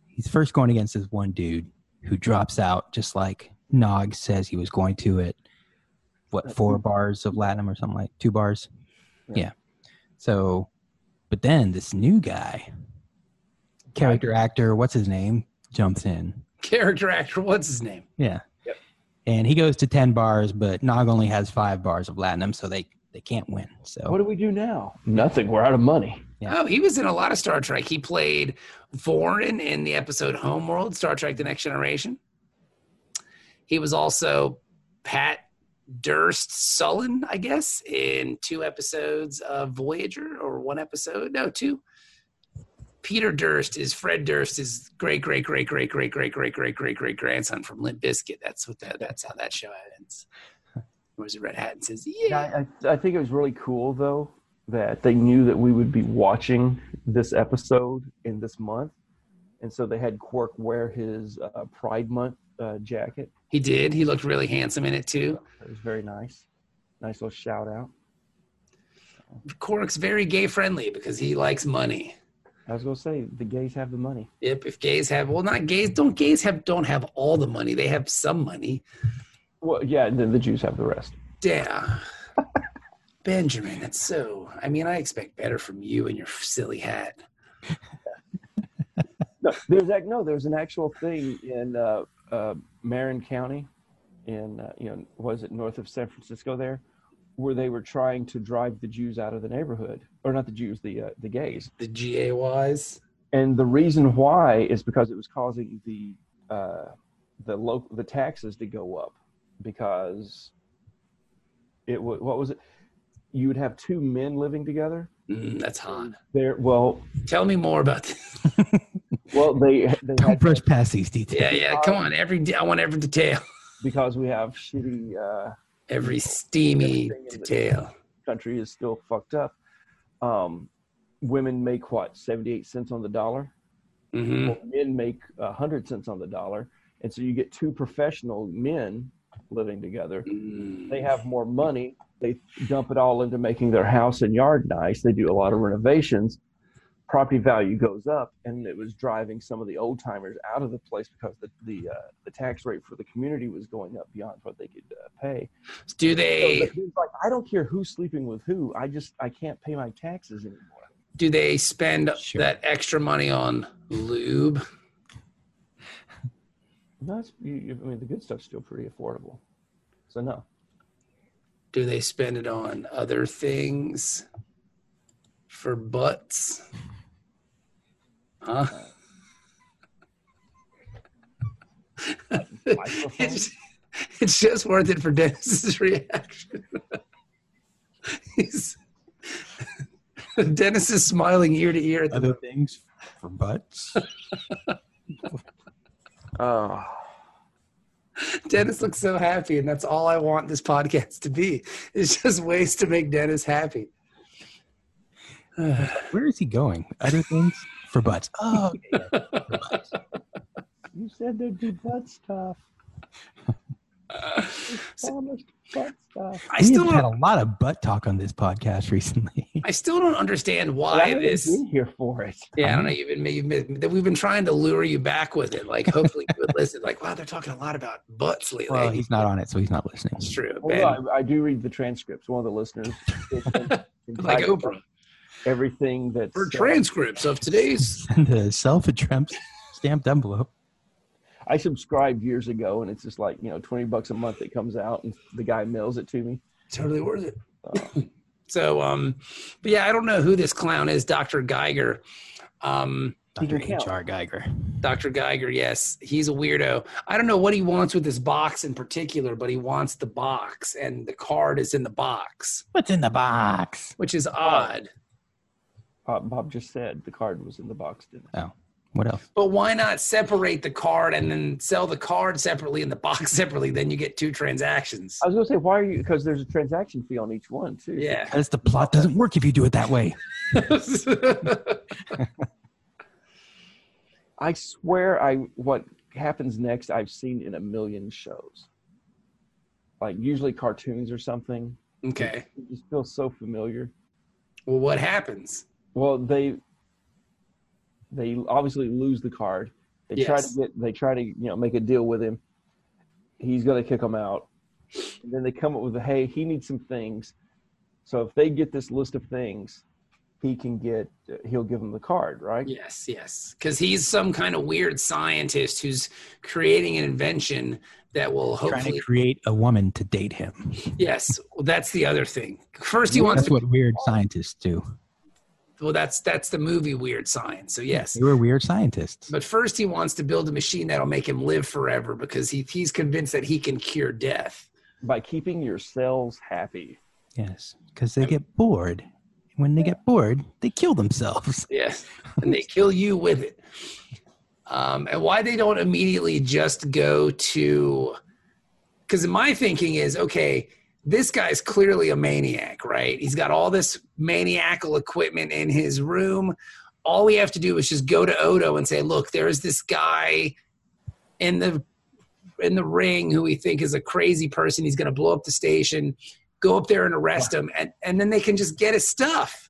[SPEAKER 4] He's first going against this one dude who drops out just like Nog says he was going to at what four bars of Latinum or something like two bars.
[SPEAKER 5] Yeah.
[SPEAKER 4] Yeah. So but then this new guy, character actor, what's his name, jumps in.
[SPEAKER 3] Character actor, what's his name?
[SPEAKER 4] Yeah.
[SPEAKER 5] Yep.
[SPEAKER 4] And he goes to ten bars, but Nog only has five bars of Latinum, so they they can't win. So
[SPEAKER 5] What do we do now? Nothing. We're out of money.
[SPEAKER 4] Yeah.
[SPEAKER 3] Oh, he was in a lot of Star Trek. He played Vorin in the episode Homeworld, Star Trek The Next Generation. He was also Pat Durst Sullen, I guess, in two episodes of Voyager or one episode. No, two. Peter Durst is Fred Durst is great great great great great great great great great great grandson from Limp Bizkit. That's what that, that's how that show ends. Wears a red hat and says, "Yeah."
[SPEAKER 5] Yeah, I, I think it was really cool though that they knew that we would be watching this episode in this month, and so they had Quirk wear his uh, Pride Month uh, jacket.
[SPEAKER 3] He did. He looked really handsome in it too.
[SPEAKER 5] It was very nice. Nice little shout out.
[SPEAKER 3] Cork's very gay friendly because he likes money.
[SPEAKER 5] I was gonna say the gays have the money.
[SPEAKER 3] Yep, if gays have well not gays don't gays have don't have all the money. They have some money.
[SPEAKER 5] Well, yeah, and then the Jews have the rest.
[SPEAKER 3] Yeah. Benjamin, that's so I mean, I expect better from you and your silly hat.
[SPEAKER 5] No, there's that. No, there's an actual thing in uh, uh, Marin County, in uh, you know, was it north of San Francisco there, where they were trying to drive the Jews out of the neighborhood, or not the Jews, the uh, the gays.
[SPEAKER 3] The GA wise.
[SPEAKER 5] and the reason why is because it was causing the uh, the local the taxes to go up because it wa what was it you would have two men living together
[SPEAKER 3] Mm, that's hot.
[SPEAKER 5] there well
[SPEAKER 3] Tell me more about this.
[SPEAKER 5] well they they
[SPEAKER 4] don't
[SPEAKER 5] had,
[SPEAKER 4] brush past these details.
[SPEAKER 3] Yeah, yeah. Come on. Every de- I want every detail.
[SPEAKER 5] because we have shitty uh,
[SPEAKER 3] Every steamy
[SPEAKER 5] Everything in the-
[SPEAKER 3] detail.
[SPEAKER 5] country is still fucked up um, women make what 78 cents on the dollar
[SPEAKER 3] hmm
[SPEAKER 5] Well, men make a 100 cents on the dollar and so you get two professional men living together they have more money they dump it all into making their house and yard nice they do a lot of renovations property value goes up and it was driving some of the old timers out of the place because the the, uh, the tax rate for the community was going up beyond what they could uh, pay
[SPEAKER 3] Do
[SPEAKER 5] So the
[SPEAKER 3] they
[SPEAKER 5] dude's like i don't care who's sleeping with who i just i can't pay my taxes anymore
[SPEAKER 3] do they spend
[SPEAKER 4] Sure.
[SPEAKER 3] that extra money on lube?
[SPEAKER 5] no it's, you, you- i mean the good stuff's still pretty affordable so no
[SPEAKER 3] Do they spend it on other things for butts? Huh? it's, it's just worth it for Dennis's reaction. He's, Dennis is smiling ear to ear. At the,
[SPEAKER 4] Other things for butts.
[SPEAKER 5] oh
[SPEAKER 3] Dennis looks so happy, and that's all I want this podcast to be. It's just ways to make Dennis happy.
[SPEAKER 4] Where is he going? Other things for butts. Oh,
[SPEAKER 5] you said there'd be butt stuff
[SPEAKER 3] I
[SPEAKER 4] We
[SPEAKER 3] still
[SPEAKER 4] have had
[SPEAKER 3] don't.
[SPEAKER 4] a lot of butt talk on this podcast recently.
[SPEAKER 3] I still don't understand
[SPEAKER 5] But I
[SPEAKER 3] why
[SPEAKER 5] haven't
[SPEAKER 3] this.
[SPEAKER 5] been here for it.
[SPEAKER 3] Yeah, I
[SPEAKER 4] Um,
[SPEAKER 3] don't know. You've been, you've been that we've been trying to lure you back with it. Like, hopefully, you would listen. Like, wow, they're talking a lot about butts lately.
[SPEAKER 4] well, he's not on it, so he's not listening.
[SPEAKER 3] That's true. Ben.
[SPEAKER 5] Although I, I do read the transcripts. One of the listeners,
[SPEAKER 3] like Oprah
[SPEAKER 5] everything that's
[SPEAKER 3] for
[SPEAKER 5] uh,
[SPEAKER 3] transcripts of today's.
[SPEAKER 4] Send a self-addressed stamped envelope.
[SPEAKER 5] I subscribed years ago, and it's just like you know, twenty bucks a month. It comes out, and the guy mails it to me.
[SPEAKER 3] Totally worth it. so, um, but yeah, I don't know who this clown is, Doctor Geiger. Um,
[SPEAKER 5] He
[SPEAKER 4] Dr.
[SPEAKER 5] can count.
[SPEAKER 4] H.R. Geiger.
[SPEAKER 3] Dr. Geiger, yes, he's a weirdo. I don't know what he wants with this box in particular, but he wants the box, and the card is in the box,
[SPEAKER 4] What's in the box?
[SPEAKER 3] which is odd.
[SPEAKER 5] Uh, Bob just said the card was in the box, didn't it?
[SPEAKER 4] What else?
[SPEAKER 3] But why not separate the card and then sell the card separately and the box separately? Then you get two transactions.
[SPEAKER 5] I was gonna say, why are you? Because there's a transaction fee on each one too.
[SPEAKER 3] Yeah.
[SPEAKER 4] Because the plot doesn't work if you do it that way.
[SPEAKER 5] I swear, I what happens next, I've seen in a million shows. Like usually cartoons or something.
[SPEAKER 3] okay.
[SPEAKER 5] It just feels so familiar.
[SPEAKER 3] Well, what happens?
[SPEAKER 5] Well, they they obviously lose the card. They try to
[SPEAKER 3] Yes.
[SPEAKER 5] get they try to you know make a deal with him. He's gonna kick them out. And then they come up with a, hey, he needs some things. So if they get this list of things, he can get he'll give them the card, right?
[SPEAKER 3] Yes, yes. Because he's some kind of weird scientist who's creating an invention that will
[SPEAKER 4] Trying to
[SPEAKER 3] hopefully.
[SPEAKER 4] create a woman to date him.
[SPEAKER 3] Yes, well, that's the other thing. First, he wants
[SPEAKER 4] That's
[SPEAKER 3] to.
[SPEAKER 4] what weird scientists do.
[SPEAKER 3] Well, that's that's the movie Weird Science. So yes,
[SPEAKER 4] They were weird scientists.
[SPEAKER 3] But first, he wants to build a machine that'll make him live forever because he, he's convinced that he can cure death.
[SPEAKER 5] By keeping your cells happy.
[SPEAKER 4] Yes, because they get bored. When they get bored, they kill themselves.
[SPEAKER 3] Yes. And they kill you with it. Um, and why they don't immediately just go to. Because my thinking is okay, this guy's clearly a maniac, right? He's got all this maniacal equipment in his room. All we have to do is just go to Odo and say, look, there's this guy in the in the ring who we think is a crazy person. He's going to blow up the station. Go up there and arrest him, and, and then they can just get his stuff.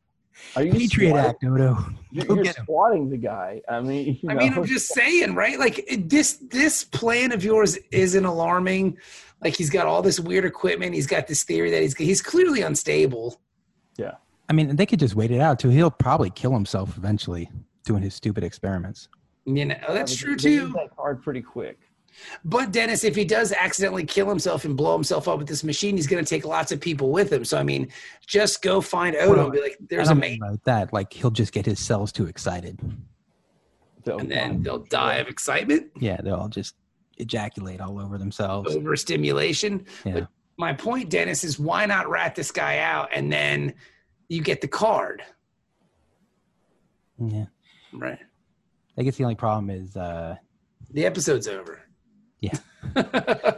[SPEAKER 5] Are you
[SPEAKER 4] Patriot
[SPEAKER 5] swatting-
[SPEAKER 4] Act, Odo.
[SPEAKER 5] You're,
[SPEAKER 4] Go
[SPEAKER 5] you're
[SPEAKER 4] get 'em.
[SPEAKER 5] swatting the guy. I mean, you
[SPEAKER 3] I mean,
[SPEAKER 5] know,
[SPEAKER 3] I'm just saying, right? Like it- this this plan of yours isn't alarming. Like he's got all this weird equipment. He's got this theory that he's he's clearly unstable.
[SPEAKER 4] I mean, they could just wait it out too. He'll probably kill himself eventually doing his stupid experiments.
[SPEAKER 3] You know, that's
[SPEAKER 5] they
[SPEAKER 3] true
[SPEAKER 5] need
[SPEAKER 3] too.
[SPEAKER 5] That card pretty quick.
[SPEAKER 3] But Dennis, if he does accidentally kill himself and blow himself up with this machine, he's going to take lots of people with him. So I mean, just go find Odo
[SPEAKER 4] Well,
[SPEAKER 3] and be like,
[SPEAKER 4] I
[SPEAKER 3] "There's a
[SPEAKER 4] don't mean
[SPEAKER 3] mate,"
[SPEAKER 4] about that. Like he'll just get his cells too excited.
[SPEAKER 5] So,
[SPEAKER 3] and then they'll die of excitement,
[SPEAKER 4] Yeah, they'll all just ejaculate all over themselves.
[SPEAKER 3] Oh, overstimulation.
[SPEAKER 4] Yeah.
[SPEAKER 3] My point, Dennis, is why not rat this guy out and then you get the card,
[SPEAKER 4] Yeah.
[SPEAKER 3] right?
[SPEAKER 4] I guess the only problem is uh,
[SPEAKER 3] The episode's over.
[SPEAKER 4] Yeah.
[SPEAKER 3] yeah,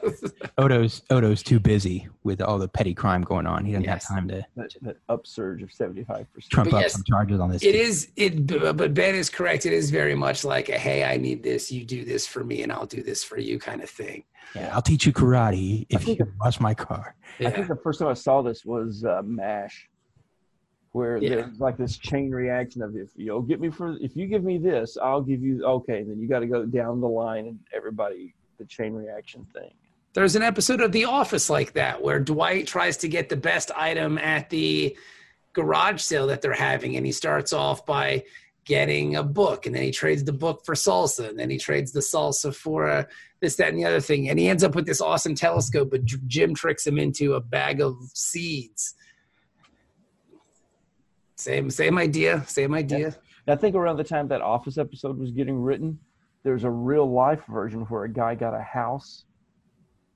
[SPEAKER 4] Odo's Odo's too busy with all the petty crime going on. He doesn't
[SPEAKER 3] Yes.
[SPEAKER 4] have time to
[SPEAKER 5] that, that upsurge of seventy-five percent.
[SPEAKER 4] trump
[SPEAKER 3] But
[SPEAKER 4] up
[SPEAKER 3] yes,
[SPEAKER 4] some charges on this.
[SPEAKER 3] it is it b- but Ben is correct. It is very much like a hey, I need this, you do this for me and I'll do this for you kind of thing.
[SPEAKER 4] yeah, I'll teach you karate if
[SPEAKER 5] think
[SPEAKER 4] you wash my car.
[SPEAKER 5] I think
[SPEAKER 3] Yeah.
[SPEAKER 5] the first time I saw this was uh, Mash, where
[SPEAKER 3] Yeah.
[SPEAKER 5] there's like this chain reaction of if you'll get me for if you give me this, I'll give you okay. Then you got to go down the line and everybody the chain reaction thing.
[SPEAKER 3] There's an episode of The Office like that where Dwight tries to get the best item at the garage sale that they're having and he starts off by getting a book and then he trades the book for salsa and then he trades the salsa for uh, this that and the other thing and he ends up with this awesome telescope but J- jim tricks him into a bag of seeds same same idea same idea
[SPEAKER 5] And I think around the time that Office episode was getting written, there's a real life version where a guy got a house,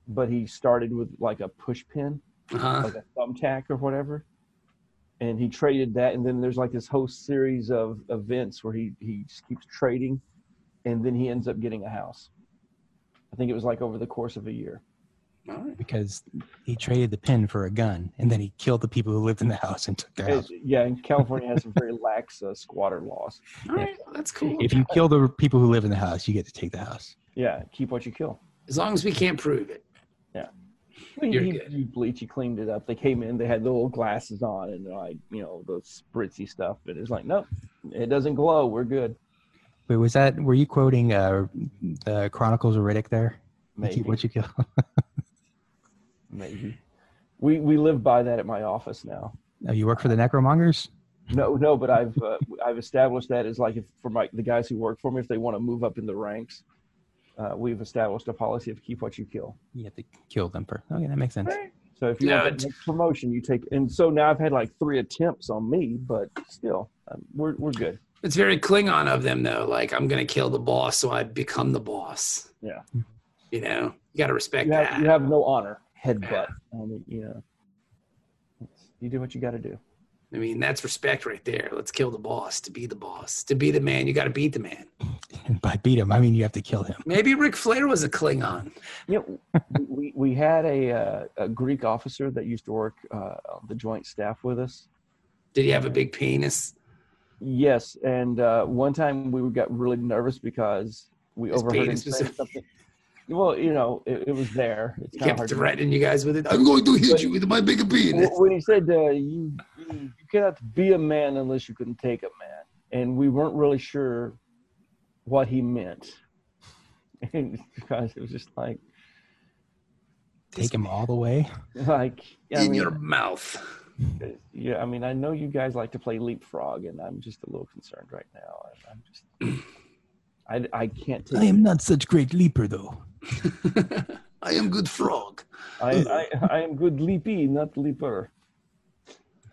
[SPEAKER 5] but he started with like a push pin.
[SPEAKER 3] uh-huh.
[SPEAKER 5] like a thumbtack or whatever. And he traded that, and then there's like this whole series of events where he he just keeps trading, and then he ends up getting a house. I think it was like over the course of a year.
[SPEAKER 3] All right.
[SPEAKER 4] because he traded the pin for a gun and then he killed the people who lived in the house and took their house.
[SPEAKER 5] And- yeah, and California has some very lax uh, squatter laws.
[SPEAKER 3] all right well, that's cool
[SPEAKER 4] If you kill the people who live in the house, you get to take the house.
[SPEAKER 5] Yeah, keep what you kill.
[SPEAKER 3] as long as we can't prove it
[SPEAKER 5] He,
[SPEAKER 3] You're
[SPEAKER 5] he,
[SPEAKER 3] good.
[SPEAKER 5] he bleached, he cleaned it up. They came in, they had the little glasses on and like, you know, the spritzy stuff. And it's like, nope, it doesn't glow. We're good.
[SPEAKER 4] Wait, was that? Were you quoting uh, the Chronicles of Riddick there? What you-
[SPEAKER 5] Maybe.
[SPEAKER 4] What you kill?
[SPEAKER 5] Maybe. We, we live by that at my office now.
[SPEAKER 4] Oh, you work for the Necromongers?
[SPEAKER 5] No, no, but I've uh, I've established that as like if for my the guys who work for me, if they want to move up in the ranks, uh, we've established a policy of keep what you kill.
[SPEAKER 4] You have to kill them first. Okay, that makes sense.
[SPEAKER 5] So if you
[SPEAKER 3] Yeah,
[SPEAKER 5] want
[SPEAKER 3] it's-
[SPEAKER 5] the next promotion, you take. And so now I've had like three attempts on me, but still, um, we're we're good.
[SPEAKER 3] It's very Klingon of them, though. Like, I'm going to kill the boss, so I become the boss.
[SPEAKER 5] Yeah.
[SPEAKER 3] You know, you got to respect
[SPEAKER 5] You have,
[SPEAKER 3] that.
[SPEAKER 5] you have no honor, headbutt. I mean, you know, it's- you do what you got to do.
[SPEAKER 3] I mean, that's respect right there. Let's kill the boss to be the boss. To be the man, you got to beat the man.
[SPEAKER 4] And by beat him, I mean you have to kill him.
[SPEAKER 3] Maybe Ric Flair was a Klingon.
[SPEAKER 5] You know, we we had a uh, a Greek officer that used to work uh, on the joint staff with us.
[SPEAKER 3] Did he have a big penis?
[SPEAKER 5] Yes, and uh, one time we got really nervous because we
[SPEAKER 3] His
[SPEAKER 5] overheard him
[SPEAKER 3] penis was-
[SPEAKER 5] saying something. Well, you know, it, it was there. It's
[SPEAKER 3] He
[SPEAKER 5] kind of
[SPEAKER 3] kept
[SPEAKER 5] hard. to-
[SPEAKER 3] threatening you guys with it. I'm going to hit you with my big penis.
[SPEAKER 5] Wh- When he said, uh, "You you cannot be a man unless you can take a man," and we weren't really sure what he meant, and because it was just like,
[SPEAKER 4] Take him all the way.
[SPEAKER 5] like I
[SPEAKER 3] in
[SPEAKER 5] mean,
[SPEAKER 3] your mouth.
[SPEAKER 5] yeah, I mean, I know you guys like to play leapfrog, and I'm just a little concerned right now. I- I'm just, I I can't take.
[SPEAKER 4] I am not such great leaper, though.
[SPEAKER 3] I am good frog.
[SPEAKER 5] I, I, I am good leapy, not leaper.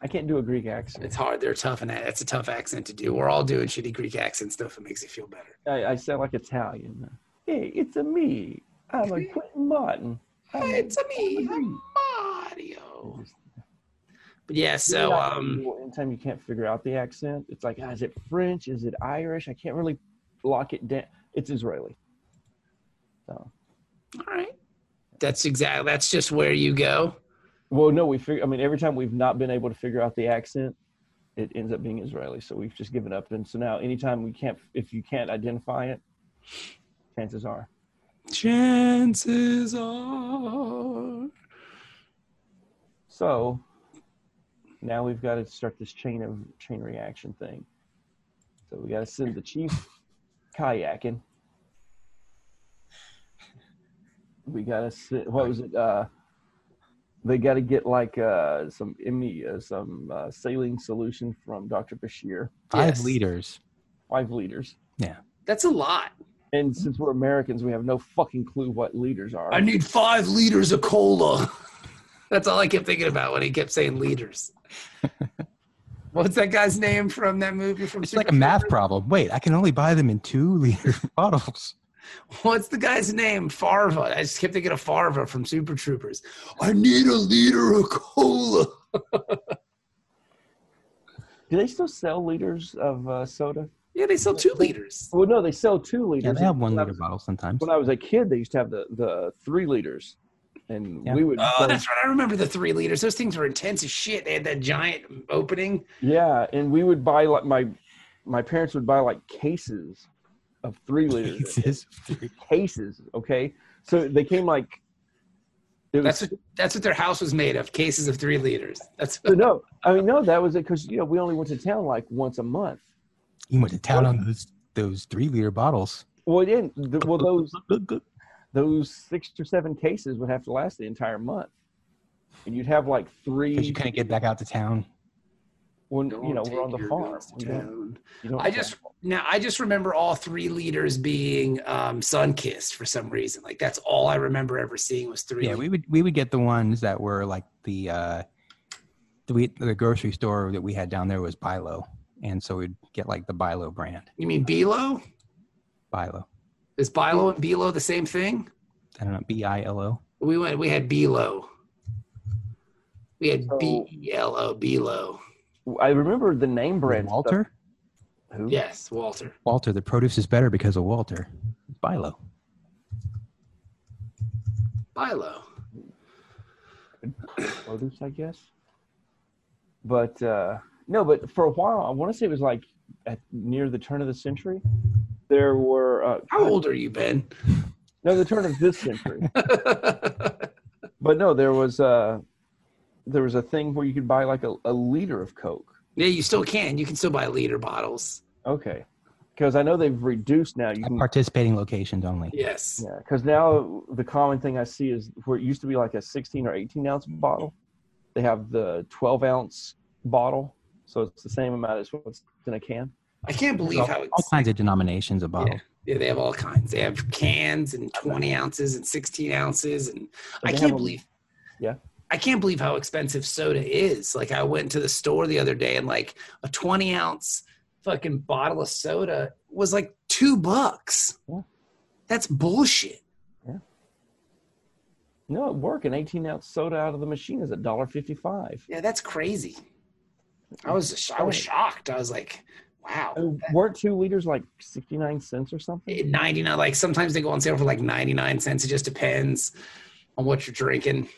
[SPEAKER 5] I can't do a Greek accent.
[SPEAKER 3] It's hard. They're tough, and that's a tough accent to do. We're all doing shitty Greek accent stuff. It makes you feel better.
[SPEAKER 5] I, I sound like Italian. Hey, it's a me. I'm a Quentin Martin. I'm a-
[SPEAKER 3] It's a me, I'm Mario. But yeah, so um,
[SPEAKER 5] anytime you can't figure out the accent, it's like, ah, is it French? Is it Irish? I can't really lock it down. It's Israeli. So,
[SPEAKER 3] all right. That's exactly. That's just where you go.
[SPEAKER 5] well, no, we figure. I mean, every time we've not been able to figure out the accent, it ends up being Israeli. So we've just given up. And so now, anytime we can't, if you can't identify it, chances are.
[SPEAKER 3] Chances are.
[SPEAKER 5] So now we've got to start this chain of chain reaction thing. So we got to send the chief kayaking. We got to send, what was it? Uh, they got to get like uh, some Emmy, uh, some uh, saline solution from Dr. Bashir.
[SPEAKER 4] Five
[SPEAKER 3] Yes.
[SPEAKER 4] leaders.
[SPEAKER 5] Five liters.
[SPEAKER 3] That's a lot.
[SPEAKER 4] Hmm.
[SPEAKER 5] And since we're Americans, we have no fucking clue what liters are.
[SPEAKER 3] I need five liters of cola. That's all I kept thinking about when he kept saying liters. What's that guy's name from that movie? From
[SPEAKER 4] It's like a math problem. Wait, I can only buy them in two liter bottles.
[SPEAKER 3] What's the guy's name? Farva. I just kept thinking of Farva from Super Troopers. I need a liter of cola.
[SPEAKER 5] Do they still sell liters of uh, soda?
[SPEAKER 3] Yeah, they sell two liters.
[SPEAKER 5] Well, no, they sell two liters.
[SPEAKER 4] Yeah, they have one
[SPEAKER 5] When I
[SPEAKER 4] liter
[SPEAKER 5] was-
[SPEAKER 4] bottles sometimes.
[SPEAKER 5] when I was a kid, they used to have the the three liters, and
[SPEAKER 4] Yeah.
[SPEAKER 5] we would.
[SPEAKER 3] Oh, that's right. I remember the three liters. Those things were intense as shit. They had that giant opening.
[SPEAKER 5] yeah, and we would buy like my my parents would buy like cases of three liters.
[SPEAKER 4] Jesus.
[SPEAKER 5] cases, okay. So they came like. It was,
[SPEAKER 3] That's what that's what their house was made of. Cases of three liters. That's
[SPEAKER 5] so no, I mean no, that was it because you know we only went to town like once a month.
[SPEAKER 4] He went to town on those those three liter bottles.
[SPEAKER 5] Well, it didn't. th- Well, those those six or seven cases would have to last the entire month, and you'd have like three.
[SPEAKER 4] Because you couldn't get back out to town.
[SPEAKER 5] when
[SPEAKER 3] Don't
[SPEAKER 5] you know we're on
[SPEAKER 3] take
[SPEAKER 5] the
[SPEAKER 3] your
[SPEAKER 5] farm.
[SPEAKER 3] guns to
[SPEAKER 5] We don't-
[SPEAKER 3] town.
[SPEAKER 5] you don't
[SPEAKER 3] I just now I just remember all three liters being um, sun kissed for some reason. Like that's all I remember ever seeing was three.
[SPEAKER 4] Yeah,
[SPEAKER 3] liters.
[SPEAKER 4] we would we would get the ones that were like the uh the, we, the grocery store that we had down there was Bilo, and so we'd get like the Bilo brand.
[SPEAKER 3] you mean Bilo?
[SPEAKER 4] Bilo,
[SPEAKER 3] Is Bilo and Bilo the same thing?
[SPEAKER 4] I don't know, B I L O.
[SPEAKER 3] We went. We had Bilo. We had
[SPEAKER 5] So-
[SPEAKER 3] B E L O Bilo.
[SPEAKER 5] I remember the name brand. stuff.
[SPEAKER 4] Walter,
[SPEAKER 5] Who?
[SPEAKER 3] Yes, Walter.
[SPEAKER 4] Walter, the produce is better because of Walter. Bilo.
[SPEAKER 3] Bilo.
[SPEAKER 5] produce, I guess. But uh, no, but for a while, I want to say it was like at near the turn of the century. There were uh,
[SPEAKER 3] How old are you, Ben?
[SPEAKER 5] no the turn of this century. But no, there was a there was a thing where you could buy like a, a liter of Coke.
[SPEAKER 3] Yeah, you still can. You can still buy liter bottles.
[SPEAKER 5] Okay, because I know they've reduced now. You
[SPEAKER 4] At
[SPEAKER 5] can
[SPEAKER 4] participating locations only.
[SPEAKER 3] Yes.
[SPEAKER 5] yeah, because now the common thing I see is where it used to be like a 16 or 18 ounce bottle, they have the 12 ounce bottle, so it's the same amount as what's in a can.
[SPEAKER 3] I can't believe how
[SPEAKER 4] All
[SPEAKER 3] it's.
[SPEAKER 4] kinds of denominations of bottles.
[SPEAKER 3] Yeah, they have all kinds. They have cans and 20 ounces and 16 ounces. And I
[SPEAKER 5] they
[SPEAKER 3] can't
[SPEAKER 5] have a-
[SPEAKER 3] believe.
[SPEAKER 5] Yeah.
[SPEAKER 3] I can't believe how expensive soda is. Like, I went to the store the other day and, like, a 20 ounce fucking bottle of soda was like two bucks.
[SPEAKER 5] Yeah.
[SPEAKER 3] That's bullshit.
[SPEAKER 5] No, at work, an 18 ounce soda out of the machine is a dollar 55.
[SPEAKER 3] Yeah, that's crazy. I was I was shocked. I was like, wow.
[SPEAKER 5] Weren't two liters like 69 cents or something?
[SPEAKER 3] 99 like sometimes they go on sale for like 99 cents it just depends on what you're drinking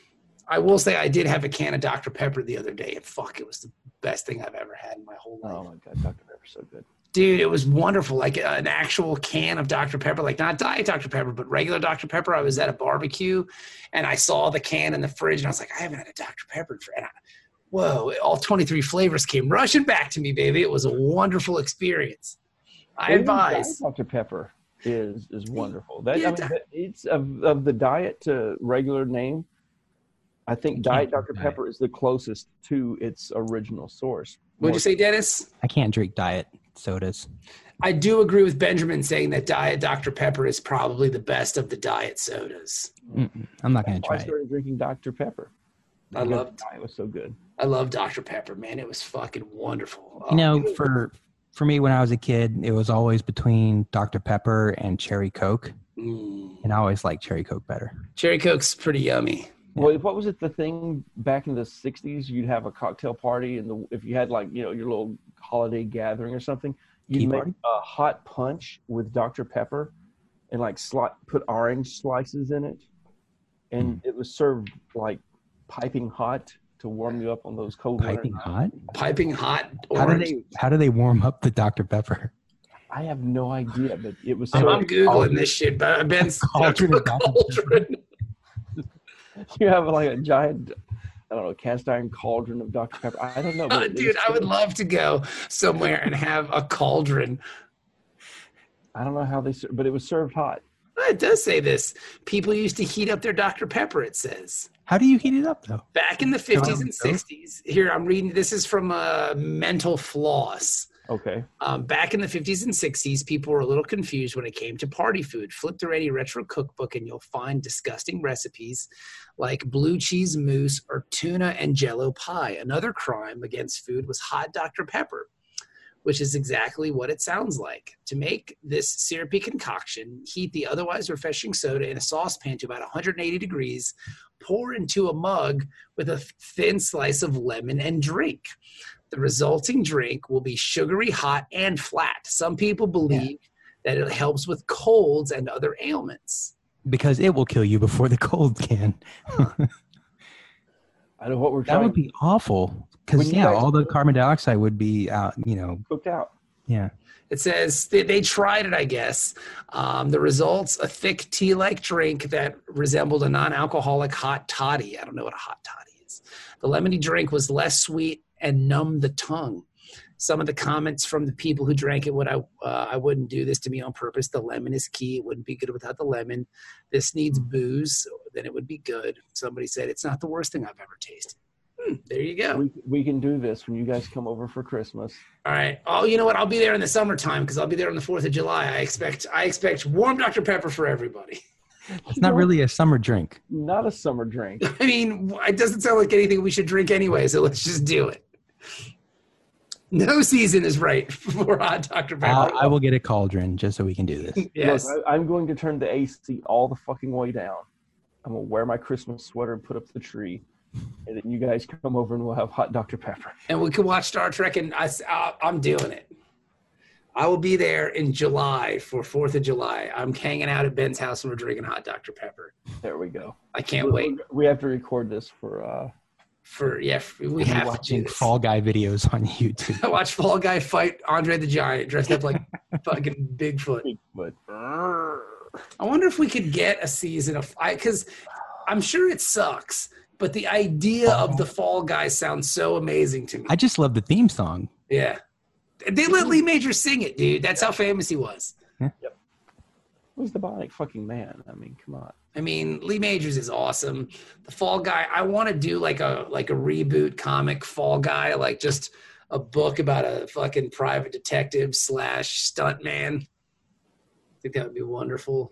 [SPEAKER 3] i will say i did have a can of dr pepper the other day and fuck it was the best thing i've ever had in my whole life
[SPEAKER 5] Oh my god, Dr. Pepper's so good.
[SPEAKER 3] dude it was wonderful like uh, an actual can of dr pepper like not diet dr pepper but regular dr pepper i was at a barbecue and i saw the can in the fridge and i was like i haven't had a dr pepper for and I, whoa all 23 flavors came rushing back to me baby it was a wonderful experience i
[SPEAKER 5] Even
[SPEAKER 3] advise
[SPEAKER 5] Diet Dr. Pepper is is wonderful. That
[SPEAKER 3] Yeah,
[SPEAKER 5] I mean,
[SPEAKER 3] Doc-
[SPEAKER 5] that- it's of, of the diet to regular name. I think
[SPEAKER 4] can't
[SPEAKER 5] Diet
[SPEAKER 4] do
[SPEAKER 5] Dr.
[SPEAKER 4] diet.
[SPEAKER 5] Pepper is the closest to its original source.
[SPEAKER 3] what'd you say dennis
[SPEAKER 4] I can't drink diet sodas.
[SPEAKER 3] I do agree with Benjamin saying that Diet Dr. Pepper is probably the best of the diet sodas.
[SPEAKER 4] Mm-mm, I'm not going to
[SPEAKER 5] That's why
[SPEAKER 4] try
[SPEAKER 5] I
[SPEAKER 4] it.
[SPEAKER 5] started drinking Dr. Pepper.
[SPEAKER 3] I
[SPEAKER 5] because
[SPEAKER 3] loved-
[SPEAKER 5] Diet was so good.
[SPEAKER 3] I love Dr. Pepper, man. It was fucking wonderful. Oh,
[SPEAKER 4] You know, for for me when I was a kid, it was always between Dr Pepper and Cherry Coke,
[SPEAKER 3] mm.
[SPEAKER 4] and I always liked Cherry Coke better.
[SPEAKER 3] cherry Coke's pretty yummy.
[SPEAKER 5] Well, what was it? The thing back in the '60s, you'd have a cocktail party, and the, if you had like you know your little holiday gathering or something, you'd
[SPEAKER 4] Tea
[SPEAKER 5] make
[SPEAKER 4] party?
[SPEAKER 5] a hot punch with Dr Pepper, and like slot put orange slices in it, and
[SPEAKER 4] Hmm.
[SPEAKER 5] it was served like piping hot to warm you up on those cold winter
[SPEAKER 4] Piping
[SPEAKER 5] nights.
[SPEAKER 4] hot?
[SPEAKER 3] Piping hot
[SPEAKER 4] How do
[SPEAKER 3] orange.
[SPEAKER 4] they how do they warm up the Dr Pepper?
[SPEAKER 5] I have no idea, but it was.
[SPEAKER 3] I'm,
[SPEAKER 5] so-
[SPEAKER 3] I'm Googling this shit, but Ben's
[SPEAKER 4] Cauldron of Dr.
[SPEAKER 3] cauldron.
[SPEAKER 5] You have like a giant, I don't know, cast iron cauldron of Dr Pepper. I don't know, but it- it
[SPEAKER 3] Dude,
[SPEAKER 5] was
[SPEAKER 3] I
[SPEAKER 5] so-
[SPEAKER 3] would love to go somewhere and have a cauldron
[SPEAKER 5] I don't know how they, ser- but it was served hot.
[SPEAKER 3] It does say this. People used to heat up their Dr. Pepper, it says.
[SPEAKER 4] How do you heat it up though?
[SPEAKER 3] Back in the 50s and
[SPEAKER 4] Sure.
[SPEAKER 3] 60s, here I'm reading, this is from uh, Mental Floss.
[SPEAKER 5] Okay.
[SPEAKER 3] Um, back in the 50s and 60s, people were a little confused when it came to party food. Flip through any retro cookbook and you'll find disgusting recipes like blue cheese mousse or tuna and jello pie. Another crime against food was hot Dr. Pepper, which is exactly what it sounds like. To make this syrupy concoction, heat the otherwise refreshing soda in a saucepan to about 180 degrees, pour into a mug with a thin slice of lemon, and drink. The resulting drink will be sugary, hot, and flat. Some people believe that it helps with colds and other ailments.
[SPEAKER 4] Because it will kill you before the cold can.
[SPEAKER 5] I know what we're
[SPEAKER 4] That
[SPEAKER 5] trying
[SPEAKER 4] would be awful.
[SPEAKER 5] When
[SPEAKER 4] Because
[SPEAKER 5] you
[SPEAKER 4] yeah,
[SPEAKER 5] guys-
[SPEAKER 4] all the carbon dioxide would be out. You know,
[SPEAKER 5] cooked out.
[SPEAKER 4] yeah.
[SPEAKER 3] It says they, they tried it, I guess. Um, the results a thick tea like drink that resembled a non alcoholic hot toddy. I don't know what a hot toddy is. The lemony drink was less sweet and numbed the tongue. Some of the comments from the people who drank it would I, uh, I wouldn't do this to me on purpose. The lemon is key. It wouldn't be good without the lemon. This needs booze, so then it would be good. Somebody said it's not the worst thing I've ever tasted. Hmm, there you go.
[SPEAKER 5] We, we can do this when you guys come over for Christmas.
[SPEAKER 3] All right. Oh, you know what? I'll be there in the summertime because I'll be there on the Fourth of July. I expect I expect warm Dr Pepper for everybody.
[SPEAKER 4] It's not really a summer drink.
[SPEAKER 5] Not a summer drink.
[SPEAKER 3] I mean, it doesn't sound like anything we should drink anyway, so let's just do it. No season is right for hot Dr
[SPEAKER 4] I,
[SPEAKER 3] Pepper.
[SPEAKER 4] Uh, I will get a cauldron just so we can do this.
[SPEAKER 3] yes.
[SPEAKER 5] Look, I, I'm going to turn the AC all the fucking way down. I'm going to wear my Christmas sweater and put up the tree. And then you guys come over and we'll have hot Dr. Pepper.
[SPEAKER 3] and we can watch Star Trek, and I, am doing it. I will be there in July for Fourth of July. I'm hanging out at Ben's house and we're drinking hot Dr Pepper.
[SPEAKER 5] There we go.
[SPEAKER 3] I can't wait
[SPEAKER 5] We have to record this for. uh
[SPEAKER 3] for yeah. We
[SPEAKER 4] I'm
[SPEAKER 3] have to do
[SPEAKER 4] watching
[SPEAKER 3] this.
[SPEAKER 4] Fall Guy videos on YouTube.
[SPEAKER 3] I watched Fall Guy fight Andre the Giant dressed up like fucking Bigfoot.
[SPEAKER 5] But
[SPEAKER 3] I wonder if we could get a season of I because I'm sure it sucks, but the idea of the Fall Guy sounds so amazing to me.
[SPEAKER 4] I just love the theme song.
[SPEAKER 3] Yeah. They let Lee Major sing it, dude. That's how famous he was.
[SPEAKER 5] Who's the bionic fucking man? I mean, come on.
[SPEAKER 3] I mean, Lee Majors is awesome. The Fall Guy, I want to do like a like a reboot comic Fall Guy, like just a book about a fucking private detective slash stuntman. I think that would be wonderful.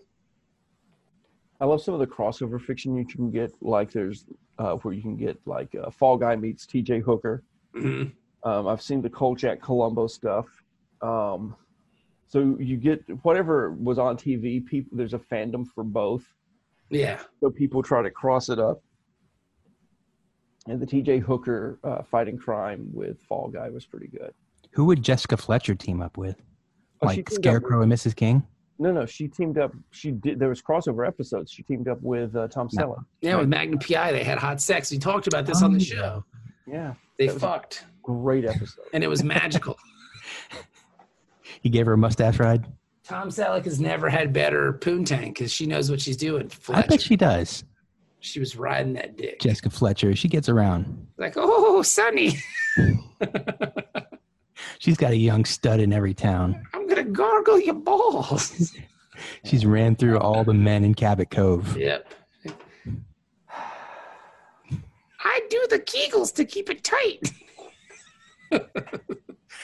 [SPEAKER 5] I love some of the crossover fiction you can get. Like there's uh, where you can get like uh, Fall Guy meets T.J. Hooker.
[SPEAKER 3] Mhm.
[SPEAKER 5] Um, I've seen the Kolchak Columbo stuff. Um, so you get whatever was on TV. People, there's a fandom for both,
[SPEAKER 3] Yeah,
[SPEAKER 5] so people try to cross it up. And the T.J. Hooker uh, fighting crime with Fall Guy was pretty good.
[SPEAKER 4] Who would Jessica Fletcher team up with?
[SPEAKER 5] Oh,
[SPEAKER 4] like
[SPEAKER 5] she teamed up
[SPEAKER 4] Scarecrow and Mrs. King?
[SPEAKER 5] with- no, no, she teamed up. She did. There was crossover episodes. She teamed up with uh, Tom
[SPEAKER 4] No.
[SPEAKER 5] Selleck.
[SPEAKER 3] yeah. With Magnum PI, they had hot sex. We talked about this on the show.
[SPEAKER 5] Yeah,
[SPEAKER 3] They
[SPEAKER 5] That was-
[SPEAKER 3] fucked,
[SPEAKER 5] great episode.
[SPEAKER 3] and it was magical.
[SPEAKER 4] He gave her a mustache ride.
[SPEAKER 3] Tom Selleck has never had better poontang because she knows what she's doing.
[SPEAKER 4] I bet
[SPEAKER 3] Fletcher.
[SPEAKER 4] she does.
[SPEAKER 3] she was riding that dick.
[SPEAKER 4] Jessica Fletcher, she gets around.
[SPEAKER 3] Like, oh, Sonny,
[SPEAKER 4] She's got a young stud in every town.
[SPEAKER 3] I'm gonna gargle your balls.
[SPEAKER 4] She's ran through all the men in Cabot Cove.
[SPEAKER 3] Yep. I do the kegels to keep it tight.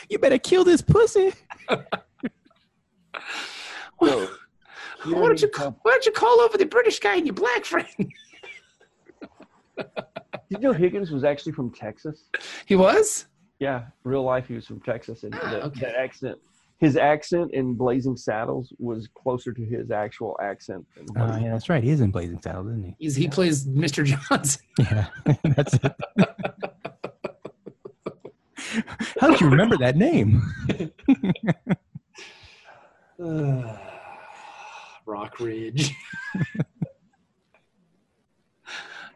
[SPEAKER 4] You better kill this pussy.
[SPEAKER 5] So,
[SPEAKER 3] why, don't you, ca- why don't you call over the British guy and your black friend?
[SPEAKER 5] Did you know Higgins was actually from Texas?
[SPEAKER 3] He was?
[SPEAKER 5] Yeah, real life, he was from Texas, and
[SPEAKER 3] Ah,
[SPEAKER 5] that,
[SPEAKER 3] okay.
[SPEAKER 5] that accent, his accent in Blazing Saddles was closer to his actual accent. Than
[SPEAKER 4] Oh,
[SPEAKER 5] Blazing-
[SPEAKER 4] yeah, that's right. He is in Blazing Saddles, isn't he?
[SPEAKER 3] He's, he plays Mr. Johnson.
[SPEAKER 4] Yeah, that's it. How did you remember that name?
[SPEAKER 3] Uh, Rock Ridge.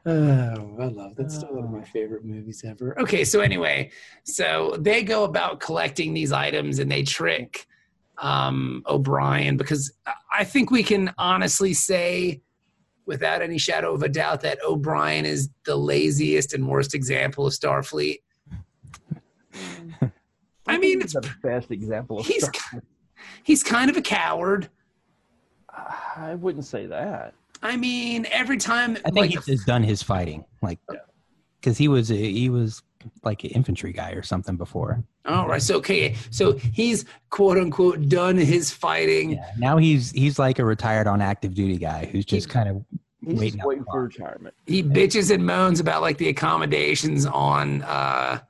[SPEAKER 3] oh, I love that's still one of my favorite movies ever. Okay, so anyway, so they go about collecting these items and they trick um, O'Brien because I- I think we can honestly say, without any shadow of a doubt, that O'Brien is the laziest and worst example of Starfleet. I mean, it's
[SPEAKER 5] He's the best example of.
[SPEAKER 3] he's
[SPEAKER 5] Star-
[SPEAKER 3] ki- he's kind of a coward.
[SPEAKER 5] I wouldn't say that.
[SPEAKER 3] I mean, every time
[SPEAKER 4] I think
[SPEAKER 3] like,
[SPEAKER 4] he's done his fighting, like, because he was a, he was like an infantry guy or something before.
[SPEAKER 3] All right. So okay. So he's quote unquote done his fighting.
[SPEAKER 4] Yeah. Now he's he's like a retired on active duty guy who's just kind of
[SPEAKER 5] He's
[SPEAKER 4] waiting.
[SPEAKER 5] just
[SPEAKER 4] out the
[SPEAKER 5] waiting for
[SPEAKER 4] clock.
[SPEAKER 5] retirement.
[SPEAKER 3] He bitches and moans about like the accommodations on uh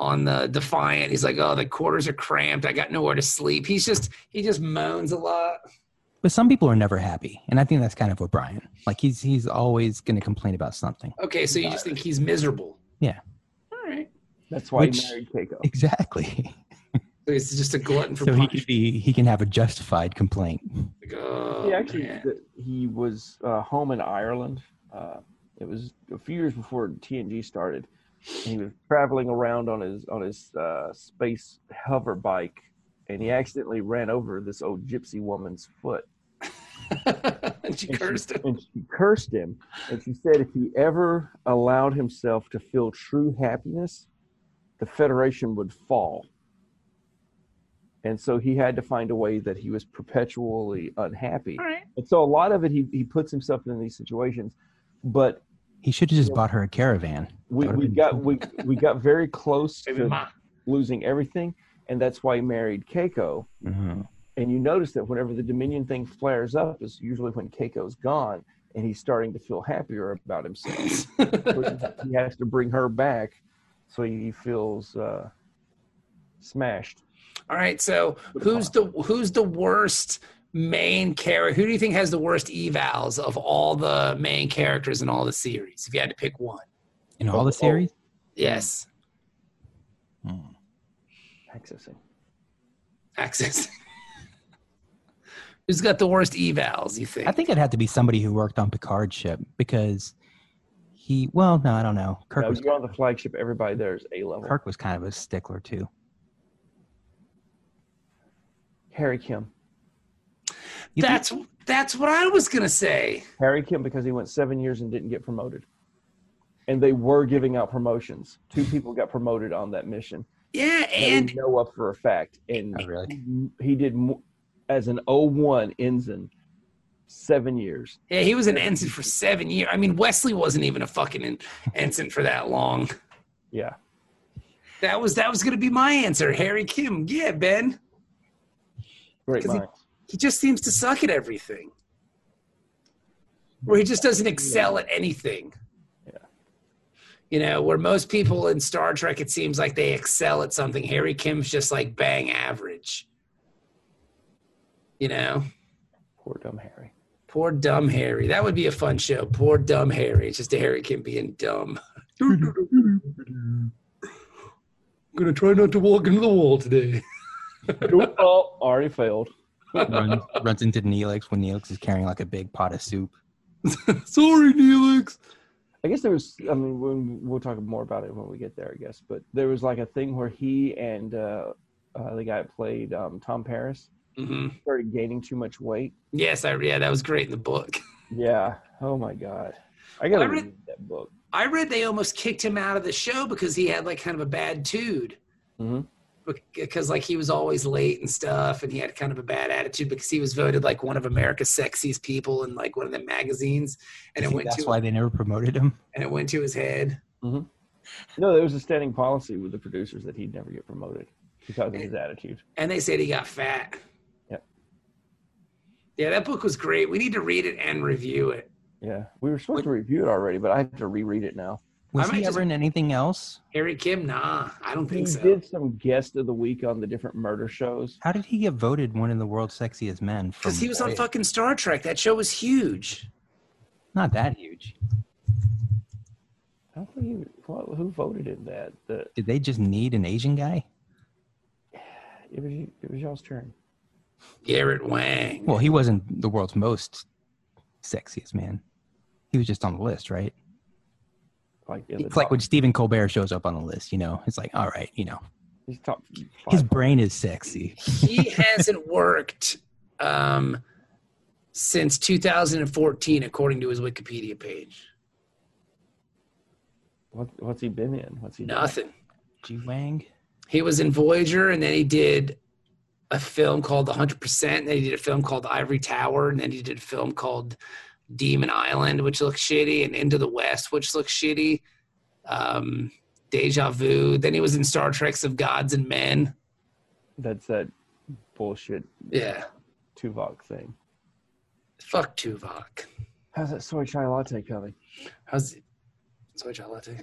[SPEAKER 3] on the Defiant. He's like, oh, the quarters are cramped. I got nowhere to sleep. He's just he just moans a lot.
[SPEAKER 4] But some people are never happy, and I think that's kind of O'Brien. Like he's he's always going to complain about something.
[SPEAKER 3] Okay. So you just think he's miserable.
[SPEAKER 4] Yeah.
[SPEAKER 3] All right.
[SPEAKER 5] That's why
[SPEAKER 4] Which-
[SPEAKER 5] he married Keiko.
[SPEAKER 4] Exactly.
[SPEAKER 3] So he's just a glutton for
[SPEAKER 4] so he
[SPEAKER 3] punishment.
[SPEAKER 4] could be he can have a justified complaint.
[SPEAKER 3] Like, oh,
[SPEAKER 5] he actually
[SPEAKER 3] man.
[SPEAKER 5] th- he was uh, home in Ireland. Uh, it was a few years before TNG started. And he was traveling around on his on his uh, space hover bike, and he accidentally ran over this old gypsy woman's foot.
[SPEAKER 3] And she
[SPEAKER 5] And she-
[SPEAKER 3] cursed him.
[SPEAKER 5] and she cursed him, and she said if he ever allowed himself to feel true happiness, the Federation would fall. And so he had to find a way that he was perpetually unhappy. And so a lot of it, he, he puts himself in these situations. But
[SPEAKER 4] He should have just bought her a caravan.
[SPEAKER 5] we,
[SPEAKER 4] That would've
[SPEAKER 5] we
[SPEAKER 4] been
[SPEAKER 5] got
[SPEAKER 4] cool.
[SPEAKER 5] we, we got very close
[SPEAKER 3] Baby
[SPEAKER 5] to
[SPEAKER 3] ma.
[SPEAKER 5] losing everything, and that's why he married Keiko.
[SPEAKER 4] Mhm.
[SPEAKER 5] And you notice that whenever the Dominion thing flares up, is usually when Keiko's gone and he's starting to feel happier about himself. he has to bring her back, so he feels uh, smashed.
[SPEAKER 3] All right, so who's the who's the worst main character? Who do you think has the worst evals of all the main characters in all the series? If you had to pick one,
[SPEAKER 4] In
[SPEAKER 3] Oh,
[SPEAKER 4] all the series,
[SPEAKER 3] yes,
[SPEAKER 5] Accessing.
[SPEAKER 3] Access. who's got the worst evals? You think?
[SPEAKER 4] I think it'd have to be somebody who worked on Picard's ship because he. Well, no, I don't know. Kirk
[SPEAKER 5] No,
[SPEAKER 4] was
[SPEAKER 5] you're on the flagship. Everybody there is A level.
[SPEAKER 4] Kirk was kind of a stickler too.
[SPEAKER 5] Harry Kim.
[SPEAKER 4] You think-
[SPEAKER 3] that's That's what I was gonna say.
[SPEAKER 5] Harry Kim because he went seven years and didn't get promoted. And they were giving out promotions. Two people got promoted on that mission.
[SPEAKER 3] Yeah,
[SPEAKER 5] that
[SPEAKER 3] and
[SPEAKER 5] we know of for a fact. And
[SPEAKER 4] Oh, really?
[SPEAKER 5] he did mo- as an 01 ensign seven years.
[SPEAKER 3] yeah, he was an ensign for seven years. I mean, Wesley wasn't even a fucking en- ensign for that long.
[SPEAKER 5] Yeah.
[SPEAKER 3] That was that was gonna be my answer, Harry Kim. Yeah, Ben.
[SPEAKER 5] Great
[SPEAKER 3] 'Cause he-
[SPEAKER 5] minds.
[SPEAKER 3] He just seems to suck at everything, where he just doesn't excel at anything.
[SPEAKER 5] Yeah.
[SPEAKER 3] You know, where most people in Star Trek, it seems like they excel at something. Harry Kim's just like bang average. You know.
[SPEAKER 5] Poor dumb Harry.
[SPEAKER 3] Poor dumb Harry. That would be a fun show. Poor dumb Harry. It's just a Harry Kim being dumb. gonna try not to walk into the wall today.
[SPEAKER 5] oh, already failed.
[SPEAKER 4] runs, runs into Neelix when Neelix is carrying like a big pot of soup.
[SPEAKER 3] Sorry, Neelix.
[SPEAKER 5] I guess there was. I mean, when, we'll talk more about it when we get there, I guess. But there was like a thing where he and uh, uh, the guy that played um, Tom Paris
[SPEAKER 3] hmm
[SPEAKER 5] started gaining too much weight.
[SPEAKER 3] Yes, I yeah, that was great in the book.
[SPEAKER 5] Yeah. Oh my God. I gotta
[SPEAKER 3] Well, I read-
[SPEAKER 5] read that book.
[SPEAKER 3] I read they almost kicked him out of the show because he had like kind of a bad tude.
[SPEAKER 5] Mhm.
[SPEAKER 3] Because like he was always late and stuff, and he had kind of a bad attitude because he was voted like one of America's sexiest people in like one of the magazines, and it
[SPEAKER 4] You think
[SPEAKER 3] went
[SPEAKER 4] that's
[SPEAKER 3] to
[SPEAKER 4] why they never promoted him.
[SPEAKER 3] and it went to his head.
[SPEAKER 5] No, there was a standing policy with the producers that he'd never get promoted because of his attitude.
[SPEAKER 3] and they said he got fat.
[SPEAKER 5] Yep.
[SPEAKER 3] Yeah, that book was great. We need to read it and review it.
[SPEAKER 5] Yeah, we were supposed to review it already, but I have to reread it now.
[SPEAKER 4] Was
[SPEAKER 3] might
[SPEAKER 4] he
[SPEAKER 3] just-
[SPEAKER 4] ever in anything else?
[SPEAKER 3] Harry Kim, nah, I don't
[SPEAKER 5] He
[SPEAKER 3] think so.
[SPEAKER 5] did some guest of the week on the different murder shows.
[SPEAKER 4] How did he get voted one of the world's sexiest men? from
[SPEAKER 3] Because he was on
[SPEAKER 4] Voyager?
[SPEAKER 3] fucking Star Trek. That show was huge.
[SPEAKER 4] Not that huge.
[SPEAKER 5] I don't think he, what, who voted in that. The,
[SPEAKER 4] Did they just need an Asian guy?
[SPEAKER 5] it was y- it was y'all's turn.
[SPEAKER 3] Garrett Wang.
[SPEAKER 4] Well, he wasn't the world's most sexiest man. He was just on the list, right?
[SPEAKER 5] Like in the
[SPEAKER 4] It's like
[SPEAKER 5] top-
[SPEAKER 4] when Stephen Colbert shows up on the list, you know, it's like, all right, you know,
[SPEAKER 5] He's top
[SPEAKER 4] his
[SPEAKER 5] five.
[SPEAKER 4] brain is sexy.
[SPEAKER 3] he hasn't worked um, since 2014, according to his Wikipedia page.
[SPEAKER 5] What, what's he been in? What's he done?
[SPEAKER 3] Nothing.
[SPEAKER 4] G Wang.
[SPEAKER 3] He was in Voyager, and then he did a film called 100%, and then he did a film called Ivory Tower, and then he did a film called Demon Island, which looks shitty, and Into the West, which looks shitty. Um, Deja Vu. Then he was in Star Trek's of Gods and Men.
[SPEAKER 5] That's that bullshit
[SPEAKER 3] Yeah.
[SPEAKER 5] Tuvok thing.
[SPEAKER 3] Fuck Tuvok.
[SPEAKER 5] How's that soy chai latte coming?
[SPEAKER 3] How's it? Soy chai latte.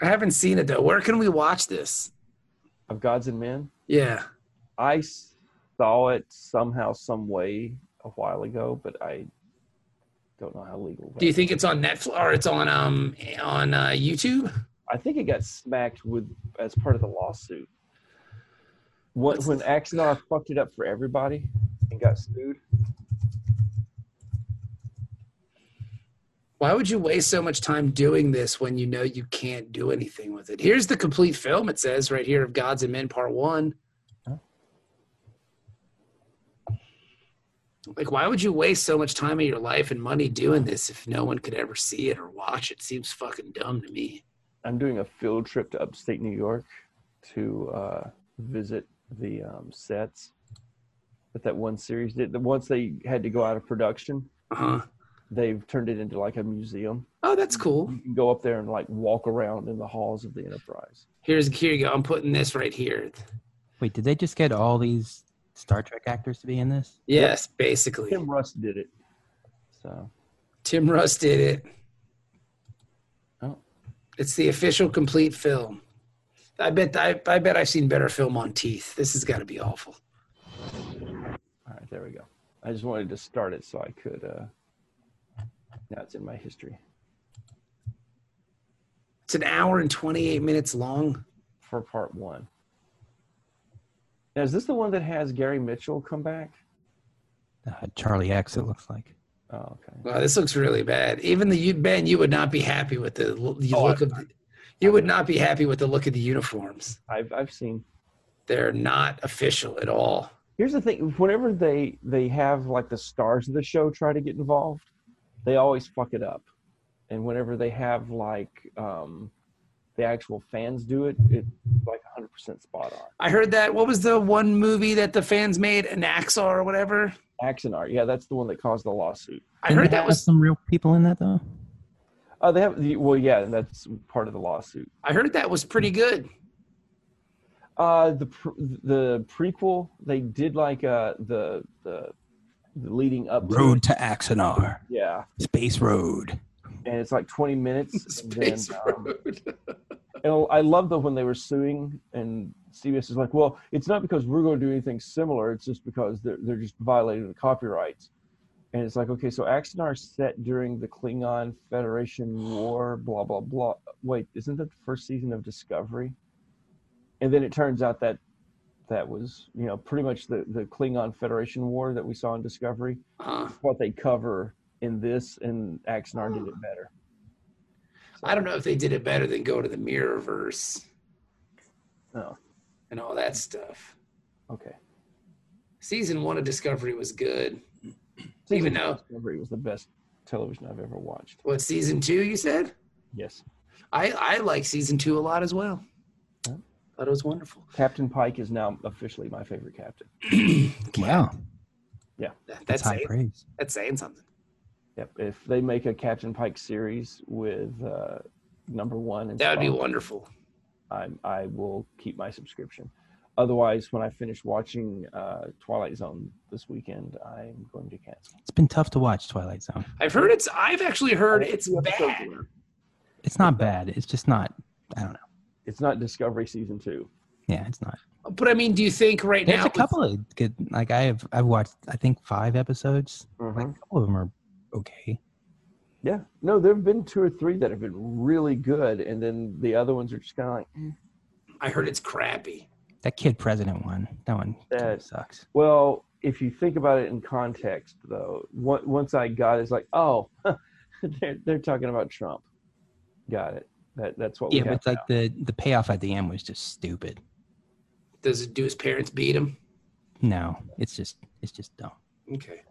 [SPEAKER 3] I haven't seen it though. Where can we watch this?
[SPEAKER 5] Of Gods and Men?
[SPEAKER 3] Yeah.
[SPEAKER 5] I s- saw it somehow, some way a while ago, but I don't know how legal. that
[SPEAKER 3] Do you
[SPEAKER 5] is.
[SPEAKER 3] think it's on Netflix or it's on um on uh, YouTube?
[SPEAKER 5] I think it got smacked with as part of the lawsuit. What
[SPEAKER 3] What's
[SPEAKER 5] when
[SPEAKER 3] the-
[SPEAKER 5] Axonar fucked it up for everybody and got sued?
[SPEAKER 3] Why would you waste so much time doing this when you know you can't do anything with it? Here's the complete film, it says right here of Gods and Men Part One.
[SPEAKER 5] Huh.
[SPEAKER 3] Like, why would you waste so much time of your life and money doing this if no one could ever see it or watch it? Seems fucking dumb to me.
[SPEAKER 5] I'm doing a field trip to upstate New York to uh, visit the um, sets that that one series did. The once they had to go out of production,
[SPEAKER 3] Uh huh.
[SPEAKER 5] they've turned it into like a museum.
[SPEAKER 3] Oh, that's cool.
[SPEAKER 5] You can go up there and like walk around in the halls of the Enterprise.
[SPEAKER 3] Here's here you go. I'm putting this right here.
[SPEAKER 4] Wait, did they just get all these Star Trek actors to be in this?
[SPEAKER 3] Yes, basically.
[SPEAKER 5] Tim Russ did it. So
[SPEAKER 3] Tim Russ did it.
[SPEAKER 5] Oh.
[SPEAKER 3] It's the official complete film. I bet I, I bet I've seen better film on teeth. This has got to be awful.
[SPEAKER 5] all right, there we go. I just wanted to start it so I could. Uh, now it's in my history.
[SPEAKER 3] It's an hour and 28 minutes long.
[SPEAKER 5] for part one. Now, is this the one that has Gary Mitchell come back?
[SPEAKER 4] Uh, Charlie X, it looks like.
[SPEAKER 5] Oh, okay.
[SPEAKER 3] Wow, this looks really bad. Even the you Ben, you would not be happy with the, l- the
[SPEAKER 5] Oh,
[SPEAKER 3] look of the, you would not be happy with the look of the uniforms.
[SPEAKER 5] I've I've seen.
[SPEAKER 3] They're not official at all.
[SPEAKER 5] here's the thing whenever they they have like the stars of the show try to get involved they always fuck it up and whenever they have like um the actual fans do it it's like 100% spot on
[SPEAKER 3] I heard that. What was the one movie that the fans made? Anaxa or whatever.
[SPEAKER 5] action art yeah that's the one that caused the lawsuit
[SPEAKER 3] I
[SPEAKER 4] Didn't
[SPEAKER 3] heard
[SPEAKER 4] they
[SPEAKER 3] that
[SPEAKER 4] have
[SPEAKER 3] was.
[SPEAKER 4] some real people in that though.
[SPEAKER 5] oh they have the, well yeah that's part of the lawsuit
[SPEAKER 3] I heard that was
[SPEAKER 4] Hmm.
[SPEAKER 3] pretty good.
[SPEAKER 5] Uh, the pr- the prequel they did like uh the the, the leading up to
[SPEAKER 4] Road
[SPEAKER 5] it.
[SPEAKER 4] to Axanar,
[SPEAKER 5] yeah,
[SPEAKER 4] Space Road.
[SPEAKER 5] and it's like twenty minutes. and then,
[SPEAKER 3] Space
[SPEAKER 5] um,
[SPEAKER 3] Road.
[SPEAKER 5] and I love that when they were suing and CBS is like, well, it's not because we're going to do anything similar. It's just because they're they're just violating the copyrights. And it's like, okay, so Axanar set during the Klingon Federation War, blah blah blah. Wait, isn't that the first season of Discovery? And then it turns out that that was, you know, pretty much the the Klingon Federation War that we saw in Discovery.
[SPEAKER 3] Huh.
[SPEAKER 5] What they cover in this, and Axanar did it better.
[SPEAKER 3] I don't know if they did it better than go to the Mirrorverse
[SPEAKER 5] Oh,
[SPEAKER 3] and all that stuff.
[SPEAKER 5] okay.
[SPEAKER 3] Season one of Discovery was good. Even
[SPEAKER 5] Season
[SPEAKER 3] though-
[SPEAKER 5] Discovery was the best television I've ever watched.
[SPEAKER 3] What season two? You said.
[SPEAKER 5] Yes.
[SPEAKER 3] I I like season two a lot as well.
[SPEAKER 5] Yeah.
[SPEAKER 3] Thought it was wonderful.
[SPEAKER 5] Captain Pike is now officially my favorite captain.
[SPEAKER 4] Wow,
[SPEAKER 3] That-
[SPEAKER 4] that's
[SPEAKER 3] That's
[SPEAKER 4] high
[SPEAKER 3] saying,
[SPEAKER 4] praise.
[SPEAKER 3] that's saying something.
[SPEAKER 5] Yep. If they make a Captain Pike series with uh, number one, and
[SPEAKER 3] That would be
[SPEAKER 5] Spock,
[SPEAKER 3] wonderful.
[SPEAKER 5] I'm, I will keep my subscription. Otherwise, when I finish watching uh, Twilight Zone this weekend, I'm going to cancel.
[SPEAKER 4] It's been tough to watch Twilight Zone.
[SPEAKER 3] I've heard it's. I've actually heard it's
[SPEAKER 5] Two episodes
[SPEAKER 3] bad.
[SPEAKER 5] left.
[SPEAKER 4] It's not bad. It's just not. I don't know.
[SPEAKER 5] It's not Discovery season two.
[SPEAKER 4] Yeah, it's not.
[SPEAKER 3] But I mean, do you think right
[SPEAKER 4] There's
[SPEAKER 3] now?
[SPEAKER 4] a couple of good. Like I have, I've watched. I think five episodes.
[SPEAKER 3] Mm-hmm.
[SPEAKER 4] Like a couple of them are okay.
[SPEAKER 5] Yeah. No, there have been two or three that have been really good, and then the other ones are just kind of like, eh.
[SPEAKER 3] I heard it's crappy.
[SPEAKER 4] That kid president one. That one kinda
[SPEAKER 5] That-
[SPEAKER 4] sucks.
[SPEAKER 5] Well, if you think about it in context, though, on- once I got it, it's like, oh, they're, they're talking about Trump. Got it. That, that's what
[SPEAKER 4] Yeah, but
[SPEAKER 5] we have.
[SPEAKER 4] it's like the the payoff at the end was just stupid.
[SPEAKER 3] Does do his parents beat him?
[SPEAKER 4] No, it's just it's just dumb.
[SPEAKER 3] Okay.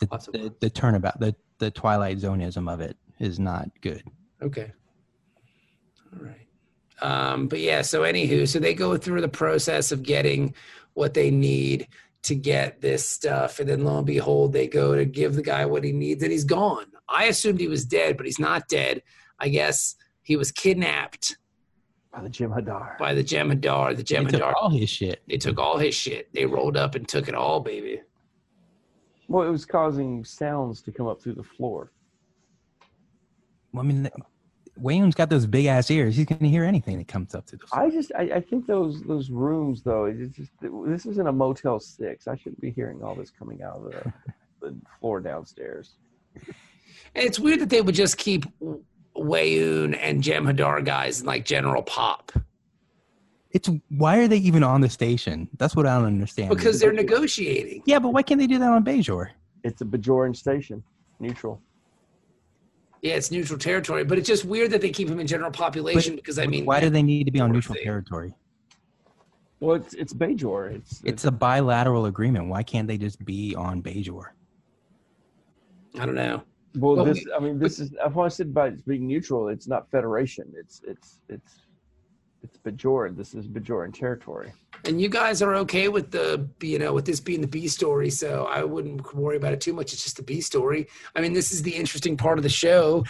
[SPEAKER 4] The,
[SPEAKER 3] Lots of
[SPEAKER 4] the,
[SPEAKER 3] words.
[SPEAKER 4] the turnabout, the the Twilight Zoneism of it is not good.
[SPEAKER 3] Okay. All right. Um, but yeah, so anywho, so they go through the process of getting what they need to get this stuff, and then lo and behold, they go to give the guy what he needs, and he's gone. I assumed he was dead, but he's not dead. I guess he was kidnapped
[SPEAKER 5] By the Jim Hadar.
[SPEAKER 3] by the Jemadar. The
[SPEAKER 4] They took
[SPEAKER 3] Jemadar.
[SPEAKER 4] all his shit.
[SPEAKER 3] They took all his shit. They rolled up and took it all, baby.
[SPEAKER 5] Well, it was causing sounds to come up through the floor.
[SPEAKER 4] I mean, th- William's got those big ass ears. He's gonna hear anything that comes up to the floor.
[SPEAKER 5] I just, I, I think those those rooms, though, it's just this isn't a Motel Six. I shouldn't be hearing all this coming out of the, the floor downstairs.
[SPEAKER 3] And it's weird that they would just keep Wayoon and Jemadar guys in like General Pop.
[SPEAKER 4] It's why are they even on the station? That's what I don't understand.
[SPEAKER 3] Because they're negotiating.
[SPEAKER 4] yeah, but why can't they do that on Bejor?
[SPEAKER 5] It's a Bajoran station, neutral.
[SPEAKER 3] Yeah, it's neutral territory, but it's just weird that they keep him in general population because I mean,
[SPEAKER 4] why do they need to be on
[SPEAKER 3] Or
[SPEAKER 4] neutral
[SPEAKER 3] they-
[SPEAKER 4] territory?
[SPEAKER 5] Well, it's it's Bajor. It's
[SPEAKER 4] It's a bilateral agreement. Why can't they just be on Bejor?
[SPEAKER 3] I don't know.
[SPEAKER 5] Well,
[SPEAKER 3] Well,
[SPEAKER 5] this, I mean, this is, I've always said by it's being neutral, it's not federation. It's, it's, it's, it's Bajoran. This is Bajoran territory.
[SPEAKER 3] And you guys are okay with the you know with this being the B story, so I wouldn't worry about it too much. It's just the B story. I mean, this is the interesting part of the show.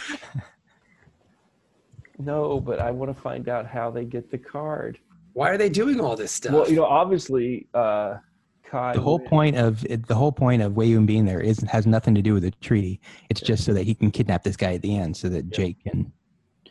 [SPEAKER 5] No, but I want to find out how they get the card.
[SPEAKER 3] Why are they doing all this stuff?
[SPEAKER 5] Well, you know, obviously, uh, Kai.
[SPEAKER 4] the whole
[SPEAKER 5] Wynn-
[SPEAKER 4] point of it- the whole point of Wayun being there is has nothing to do with the treaty. It's just so that he can kidnap this guy at the end, so that Jake can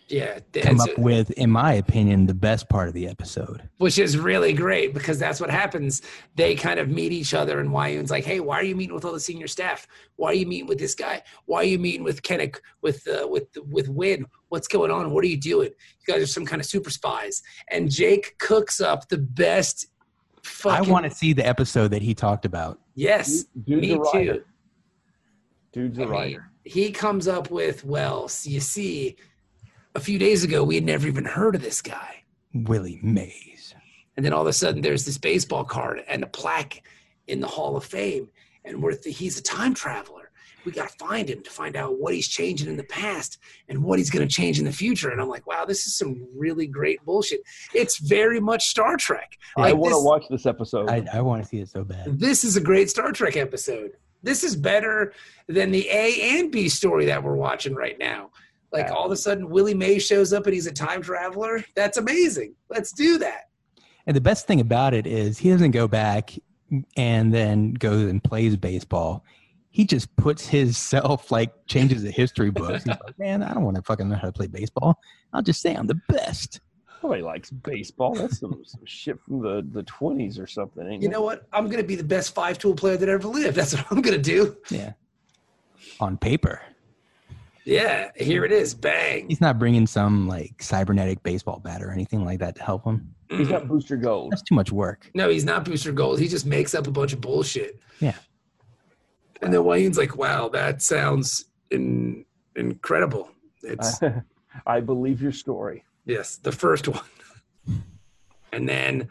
[SPEAKER 3] yeah,
[SPEAKER 4] come
[SPEAKER 3] that's
[SPEAKER 4] up with, in my opinion, the best part of the episode.
[SPEAKER 3] which is really great because that's what happens. They kind of meet each other, and Wyun's like, "Hey, why are you meeting with all the senior staff? Why are you meeting with this guy? Why are you meeting with Kennick? With uh, with with Win? What's going on? What are you doing? You guys are some kind of super spies." And Jake cooks up the best.
[SPEAKER 4] I
[SPEAKER 3] Fucking,
[SPEAKER 4] want to see the episode that he talked about.
[SPEAKER 3] Yes,
[SPEAKER 5] Dude's
[SPEAKER 3] me
[SPEAKER 5] a writer.
[SPEAKER 3] too.
[SPEAKER 5] Dude's
[SPEAKER 3] I
[SPEAKER 5] a
[SPEAKER 3] mean,
[SPEAKER 5] writer.
[SPEAKER 3] he comes up with, "Well, s- you see, a few days ago we had never even heard of this guy."
[SPEAKER 4] Willie Mays.
[SPEAKER 3] And then all of a sudden, there's this baseball card and a plaque in the Hall of Fame, and we're th- he's a time traveler. We got to find him to find out what he's changing in the past and what he's going to change in the future. And I'm like, wow, this is some really great bullshit. It's very much Star Trek.
[SPEAKER 5] I
[SPEAKER 3] Like,
[SPEAKER 5] want to
[SPEAKER 3] this-
[SPEAKER 5] watch this episode.
[SPEAKER 4] I, I want to see it so bad.
[SPEAKER 3] this is a great Star Trek episode. This is better than the A and B story that we're watching right now. Like all of a sudden, Willie May shows up and he's a time traveler. That's amazing. Let's do that.
[SPEAKER 4] And the best thing about it is he doesn't go back and then goes and plays baseball. He just puts his self like changes the history books. He's like, man, I don't want to fucking know how to play baseball. I'll just say I'm the best.
[SPEAKER 5] Nobody likes baseball. That's some, some shit from the, the 20s or something. Ain't
[SPEAKER 3] You know what? I'm going to be the best five tool player that ever lived. That's what I'm going to do.
[SPEAKER 4] Yeah. On paper.
[SPEAKER 3] Yeah, here it is. Bang.
[SPEAKER 4] He's not bringing some like cybernetic baseball bat or anything like that to help him.
[SPEAKER 5] it? He's got Booster Gold.
[SPEAKER 4] That's too much work.
[SPEAKER 3] No, he's not Booster Gold. He just makes up a bunch of bullshit.
[SPEAKER 4] Yeah.
[SPEAKER 3] And then Wayne's like, wow, that sounds in- incredible. It's
[SPEAKER 5] I, I believe your story.
[SPEAKER 3] Yes, the first one. And then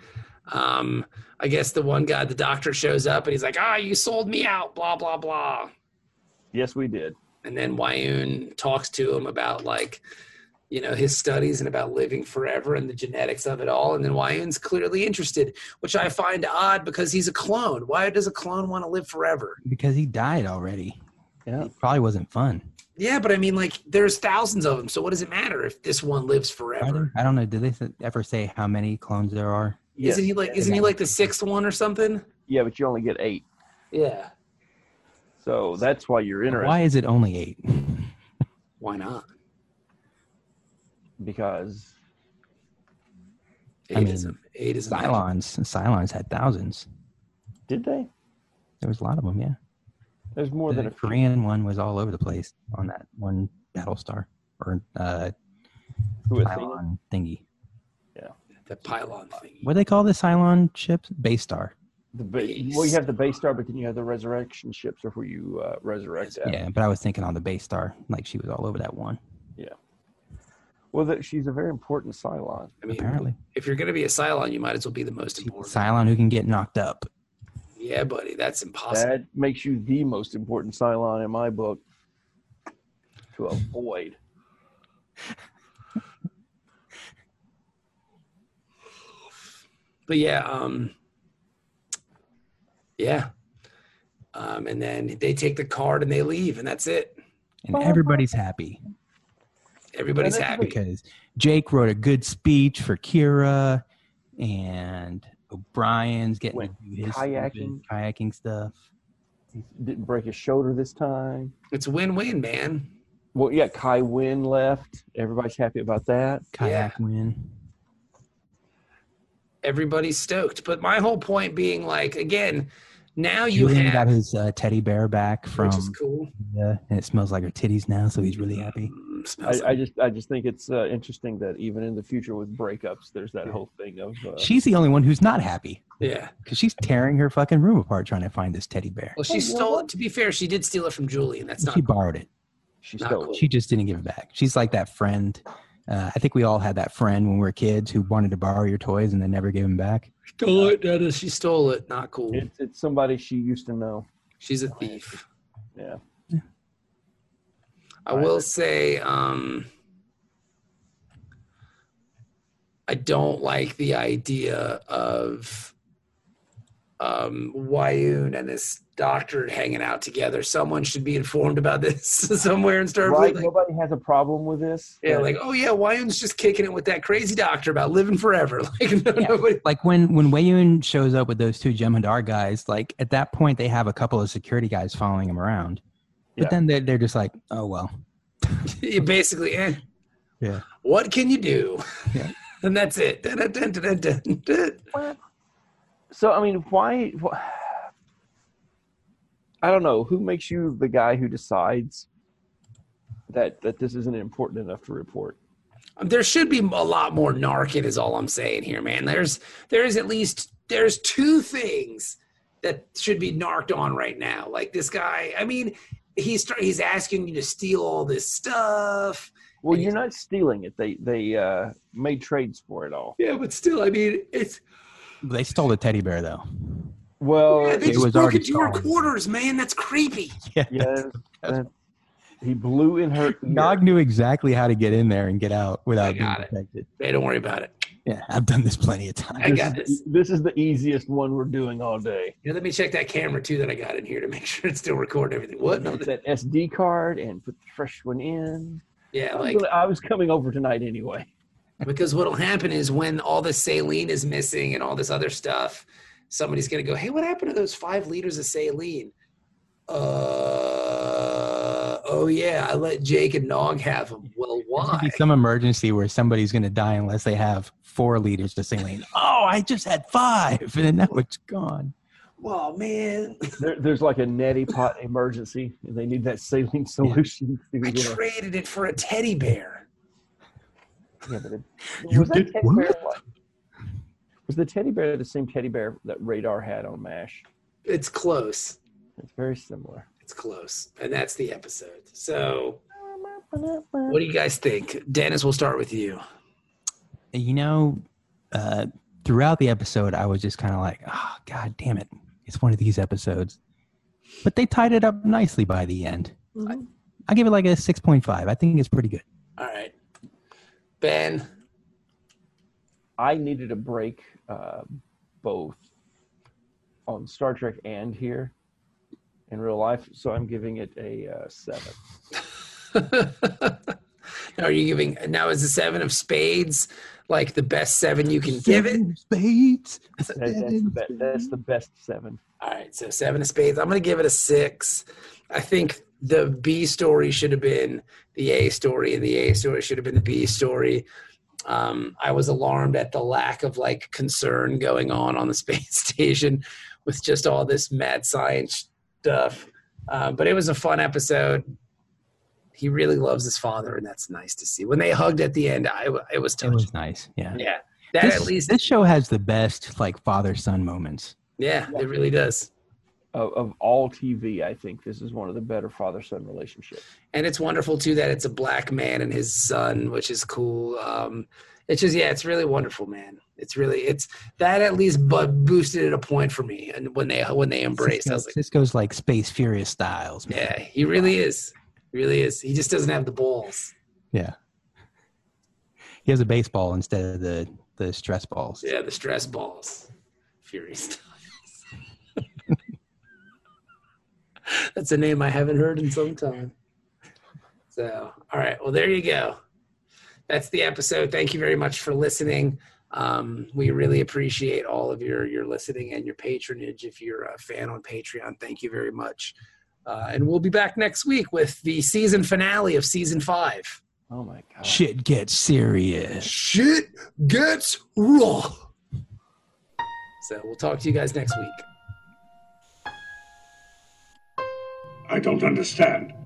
[SPEAKER 3] um, I guess the one guy, the doctor shows up and he's like, ah, you sold me out, blah, blah, blah.
[SPEAKER 5] Yes, we did.
[SPEAKER 3] And then Wyoon talks to him about like, you know, his studies and about living forever and the genetics of it all. And then Wyoon's clearly interested, which I find odd because he's a clone. Why does a clone want to live forever?
[SPEAKER 4] Because he died already.
[SPEAKER 5] Yeah.
[SPEAKER 4] It probably wasn't fun.
[SPEAKER 3] Yeah, but I mean, like, there's thousands of them. So what does it matter if this one lives
[SPEAKER 4] I
[SPEAKER 3] forever?
[SPEAKER 4] don't, I don't know. Did they s- ever say how many clones there are?
[SPEAKER 5] Yes.
[SPEAKER 3] Isn't he like, isn't he like the sixth one or something?
[SPEAKER 5] yeah, but you only get eight.
[SPEAKER 3] Yeah.
[SPEAKER 5] So that's why you're interested.
[SPEAKER 4] Why is it only eight?
[SPEAKER 3] Why not?
[SPEAKER 5] Because
[SPEAKER 4] I mean,
[SPEAKER 3] Aidism. Aidism.
[SPEAKER 4] Cylons. Cylons had thousands.
[SPEAKER 5] did they?
[SPEAKER 4] There was a lot of them, yeah.
[SPEAKER 5] There's more
[SPEAKER 4] the
[SPEAKER 5] than a few.
[SPEAKER 4] Korean one was all over the place on that one Battlestar or uh,
[SPEAKER 5] Who would think-
[SPEAKER 4] Cylon thingy.
[SPEAKER 3] The pylon thing.
[SPEAKER 4] What do they call the Cylon ships? Baystar.
[SPEAKER 5] The ba- well, you have the base star, but then you have the resurrection ships, or where you uh, resurrect.
[SPEAKER 4] Yeah.
[SPEAKER 5] Adam.
[SPEAKER 4] but I was thinking on the Baystar, like she was all over that one.
[SPEAKER 5] Well, that she's a very important Cylon.
[SPEAKER 3] I mean,
[SPEAKER 4] Apparently,
[SPEAKER 3] if you're going to be a Cylon, you might as well be the most important.
[SPEAKER 4] Cylon who can get knocked up.
[SPEAKER 3] yeah, buddy, that's impossible.
[SPEAKER 5] That makes you the most important Cylon in my book to avoid.
[SPEAKER 3] But yeah, um, yeah. Um, and then they take the card and they leave, and that's it.
[SPEAKER 4] And everybody's happy
[SPEAKER 3] Everybody's
[SPEAKER 5] Yeah, that's
[SPEAKER 3] happy.
[SPEAKER 4] because Jake wrote a good speech for Kira, and O'Brien's getting
[SPEAKER 5] Went
[SPEAKER 4] to do his
[SPEAKER 5] kayaking.
[SPEAKER 4] kayaking stuff.
[SPEAKER 5] He didn't break his shoulder this time.
[SPEAKER 3] It's win-win, man.
[SPEAKER 5] Well, yeah, Kai Wynn left. Everybody's happy about that.
[SPEAKER 4] Kayak win.
[SPEAKER 3] Everybody's stoked. But my whole point being, like, again, now you
[SPEAKER 4] Julian got
[SPEAKER 3] have,
[SPEAKER 4] his uh, teddy bear back from
[SPEAKER 3] which is cool.
[SPEAKER 4] Yeah, and it smells like her titties now, so he's really happy.
[SPEAKER 3] Mm, smells
[SPEAKER 5] I, I just, I just think it's uh, interesting that even in the future with breakups, there's that whole thing of uh,
[SPEAKER 4] She's the only one who's not happy
[SPEAKER 3] like- yeah.
[SPEAKER 4] because she's tearing her fucking room apart trying to find this teddy bear.
[SPEAKER 3] Well, she stole it. To be fair, she did steal it from Julie, and that's not
[SPEAKER 4] She borrowed it.
[SPEAKER 5] she
[SPEAKER 3] not
[SPEAKER 5] stole.
[SPEAKER 3] cool.
[SPEAKER 4] She just didn't give it back. She's like that friend. Uh, I think we all had that friend when we were kids who wanted to borrow your toys and then never gave them back.
[SPEAKER 3] stole it. Dada. She stole it. Not cool.
[SPEAKER 5] It's, it's somebody she used to know.
[SPEAKER 3] She's a thief.
[SPEAKER 5] Yeah.
[SPEAKER 3] I will say, um, I don't like the idea of um, Wyoon and this doctor hanging out together. Someone should be informed about this somewhere in Star
[SPEAKER 5] Right?
[SPEAKER 3] Like,
[SPEAKER 5] Nobody has a problem with this.
[SPEAKER 3] yeah,
[SPEAKER 5] but
[SPEAKER 3] like, oh yeah, Wyoon's just kicking it with that crazy doctor about living forever. Like, no,
[SPEAKER 4] Yeah.
[SPEAKER 3] nobody.
[SPEAKER 4] Like when when Wayun shows up with those two Jem'Hadar guys, like at that point they have a couple of security guys following him around, but
[SPEAKER 5] Yeah.
[SPEAKER 4] then they're, they're just like, oh well,
[SPEAKER 3] You basically, eh,
[SPEAKER 4] yeah,
[SPEAKER 3] what can you do?
[SPEAKER 4] Yeah.
[SPEAKER 3] and that's it. Dun, dun, dun, dun, dun, dun, dun.
[SPEAKER 5] So I mean, why? wh- I don't know who makes you the guy who decides that that this isn't important enough to report.
[SPEAKER 3] Um, there should be a lot more narcan is all i'm saying here man there's there's at least there's two things that should be narked on right now like this guy i mean he's tr- he's asking you to steal all this stuff
[SPEAKER 5] Well, you're not stealing it. They they uh, made trades for it all.
[SPEAKER 3] yeah but still i mean it's
[SPEAKER 4] they stole the teddy bear though.
[SPEAKER 5] Well,
[SPEAKER 3] Yeah, they
[SPEAKER 4] uh, It
[SPEAKER 5] it-
[SPEAKER 3] just
[SPEAKER 4] was
[SPEAKER 3] broke
[SPEAKER 4] already
[SPEAKER 3] into your
[SPEAKER 4] solved.
[SPEAKER 3] quarters, man. That's creepy.
[SPEAKER 5] yes, that- he blew in her. ear.
[SPEAKER 4] Nog knew exactly how to get in there and get out
[SPEAKER 3] I
[SPEAKER 4] without being
[SPEAKER 3] got it.
[SPEAKER 4] detected.
[SPEAKER 3] Hey, don't worry about it.
[SPEAKER 4] Yeah, I've done this plenty of
[SPEAKER 3] I
[SPEAKER 4] times.
[SPEAKER 5] This
[SPEAKER 3] got
[SPEAKER 5] is the-
[SPEAKER 3] this.
[SPEAKER 5] This is the easiest one we're doing all day.
[SPEAKER 3] Yeah, let me check that camera too that I got in here to make sure it's still recording everything. What? No,
[SPEAKER 5] Get that SD card and put the fresh one in.
[SPEAKER 3] yeah,
[SPEAKER 5] I'm
[SPEAKER 3] like
[SPEAKER 5] gonna- I was coming over tonight anyway.
[SPEAKER 3] because what'll happen is when all the saline is missing and all this other stuff, somebody's gonna go, "Hey, what happened to those five liters of saline?" Uh, oh yeah, I let Jake and Nog have them. Well,
[SPEAKER 4] There's gonna
[SPEAKER 3] why?
[SPEAKER 4] be some emergency where somebody's going to die unless they have four liters to saline. Oh, I just had five, and then now it's gone.
[SPEAKER 3] Well, man,
[SPEAKER 5] There, there's like a neti pot emergency, and they need that saline solution. to
[SPEAKER 3] I
[SPEAKER 5] get a-
[SPEAKER 3] traded it for a teddy bear.
[SPEAKER 5] yeah, but it-
[SPEAKER 4] You
[SPEAKER 5] was that
[SPEAKER 4] did
[SPEAKER 5] teddy
[SPEAKER 4] what?
[SPEAKER 5] bear what? Was the teddy bear the same teddy bear that Radar had on MASH?
[SPEAKER 3] It's close.
[SPEAKER 5] It's very similar.
[SPEAKER 3] It's close, and that's the episode. So, what do you guys think? Dennis, we'll start with you.
[SPEAKER 4] You know, uh, throughout the episode, I was just kind of like, oh, God damn it. It's one of these episodes. But they tied it up nicely by the end.
[SPEAKER 3] Mm-hmm.
[SPEAKER 4] I, I give it like a 6.5. I think it's pretty good.
[SPEAKER 3] All right, Ben.
[SPEAKER 5] I needed a break, uh, both on Star Trek and here in real life, so I'm giving it a uh, seven.
[SPEAKER 3] Are you giving now is the seven of spades like the best seven you can give it?
[SPEAKER 4] Spades.
[SPEAKER 5] That- that's, the be- that's the best seven.
[SPEAKER 3] All right, so seven of spades. I'm gonna give it a six. I think the B story should have been the A story, and the A story should have been the B story. Um, I was alarmed at the lack of like concern going on on the space station with just all this mad science stuff. Uh, but it was a fun episode. He really loves his father, and that's nice to see. When they hugged at the end, I w- it was
[SPEAKER 4] It
[SPEAKER 3] touching.
[SPEAKER 4] was nice. Yeah.
[SPEAKER 3] Yeah, that
[SPEAKER 4] this,
[SPEAKER 3] at least.
[SPEAKER 4] this show has the best like father son moments.
[SPEAKER 3] yeah, it really does,
[SPEAKER 5] Of, of all TV, I think this is one of the better father son relationships.
[SPEAKER 3] and it's wonderful too that it's a black man and his son, which is cool. Um, it's just yeah, it's really wonderful, man. It's really it's that at least but boosted it a point for me. And when they when they embraced, I was like,
[SPEAKER 4] Cisco's like Space Furious Styles. Man.
[SPEAKER 3] yeah, he really is, He really is. He just doesn't have the balls.
[SPEAKER 4] Yeah. He has a baseball instead of the the stress balls.
[SPEAKER 3] Yeah, the stress balls, Fury Styles. That's a name I haven't heard in some time. So, all right. Well, there you go. That's the episode. Thank you very much for listening. Um, we really appreciate all of your your listening and your patronage. If you're a fan on Patreon, thank you very much. Uh, and we'll be back next week with the season finale of season five.
[SPEAKER 5] Oh my God.
[SPEAKER 4] Shit gets serious.
[SPEAKER 3] Shit gets raw. So we'll talk to you guys next week.
[SPEAKER 1] I don't understand.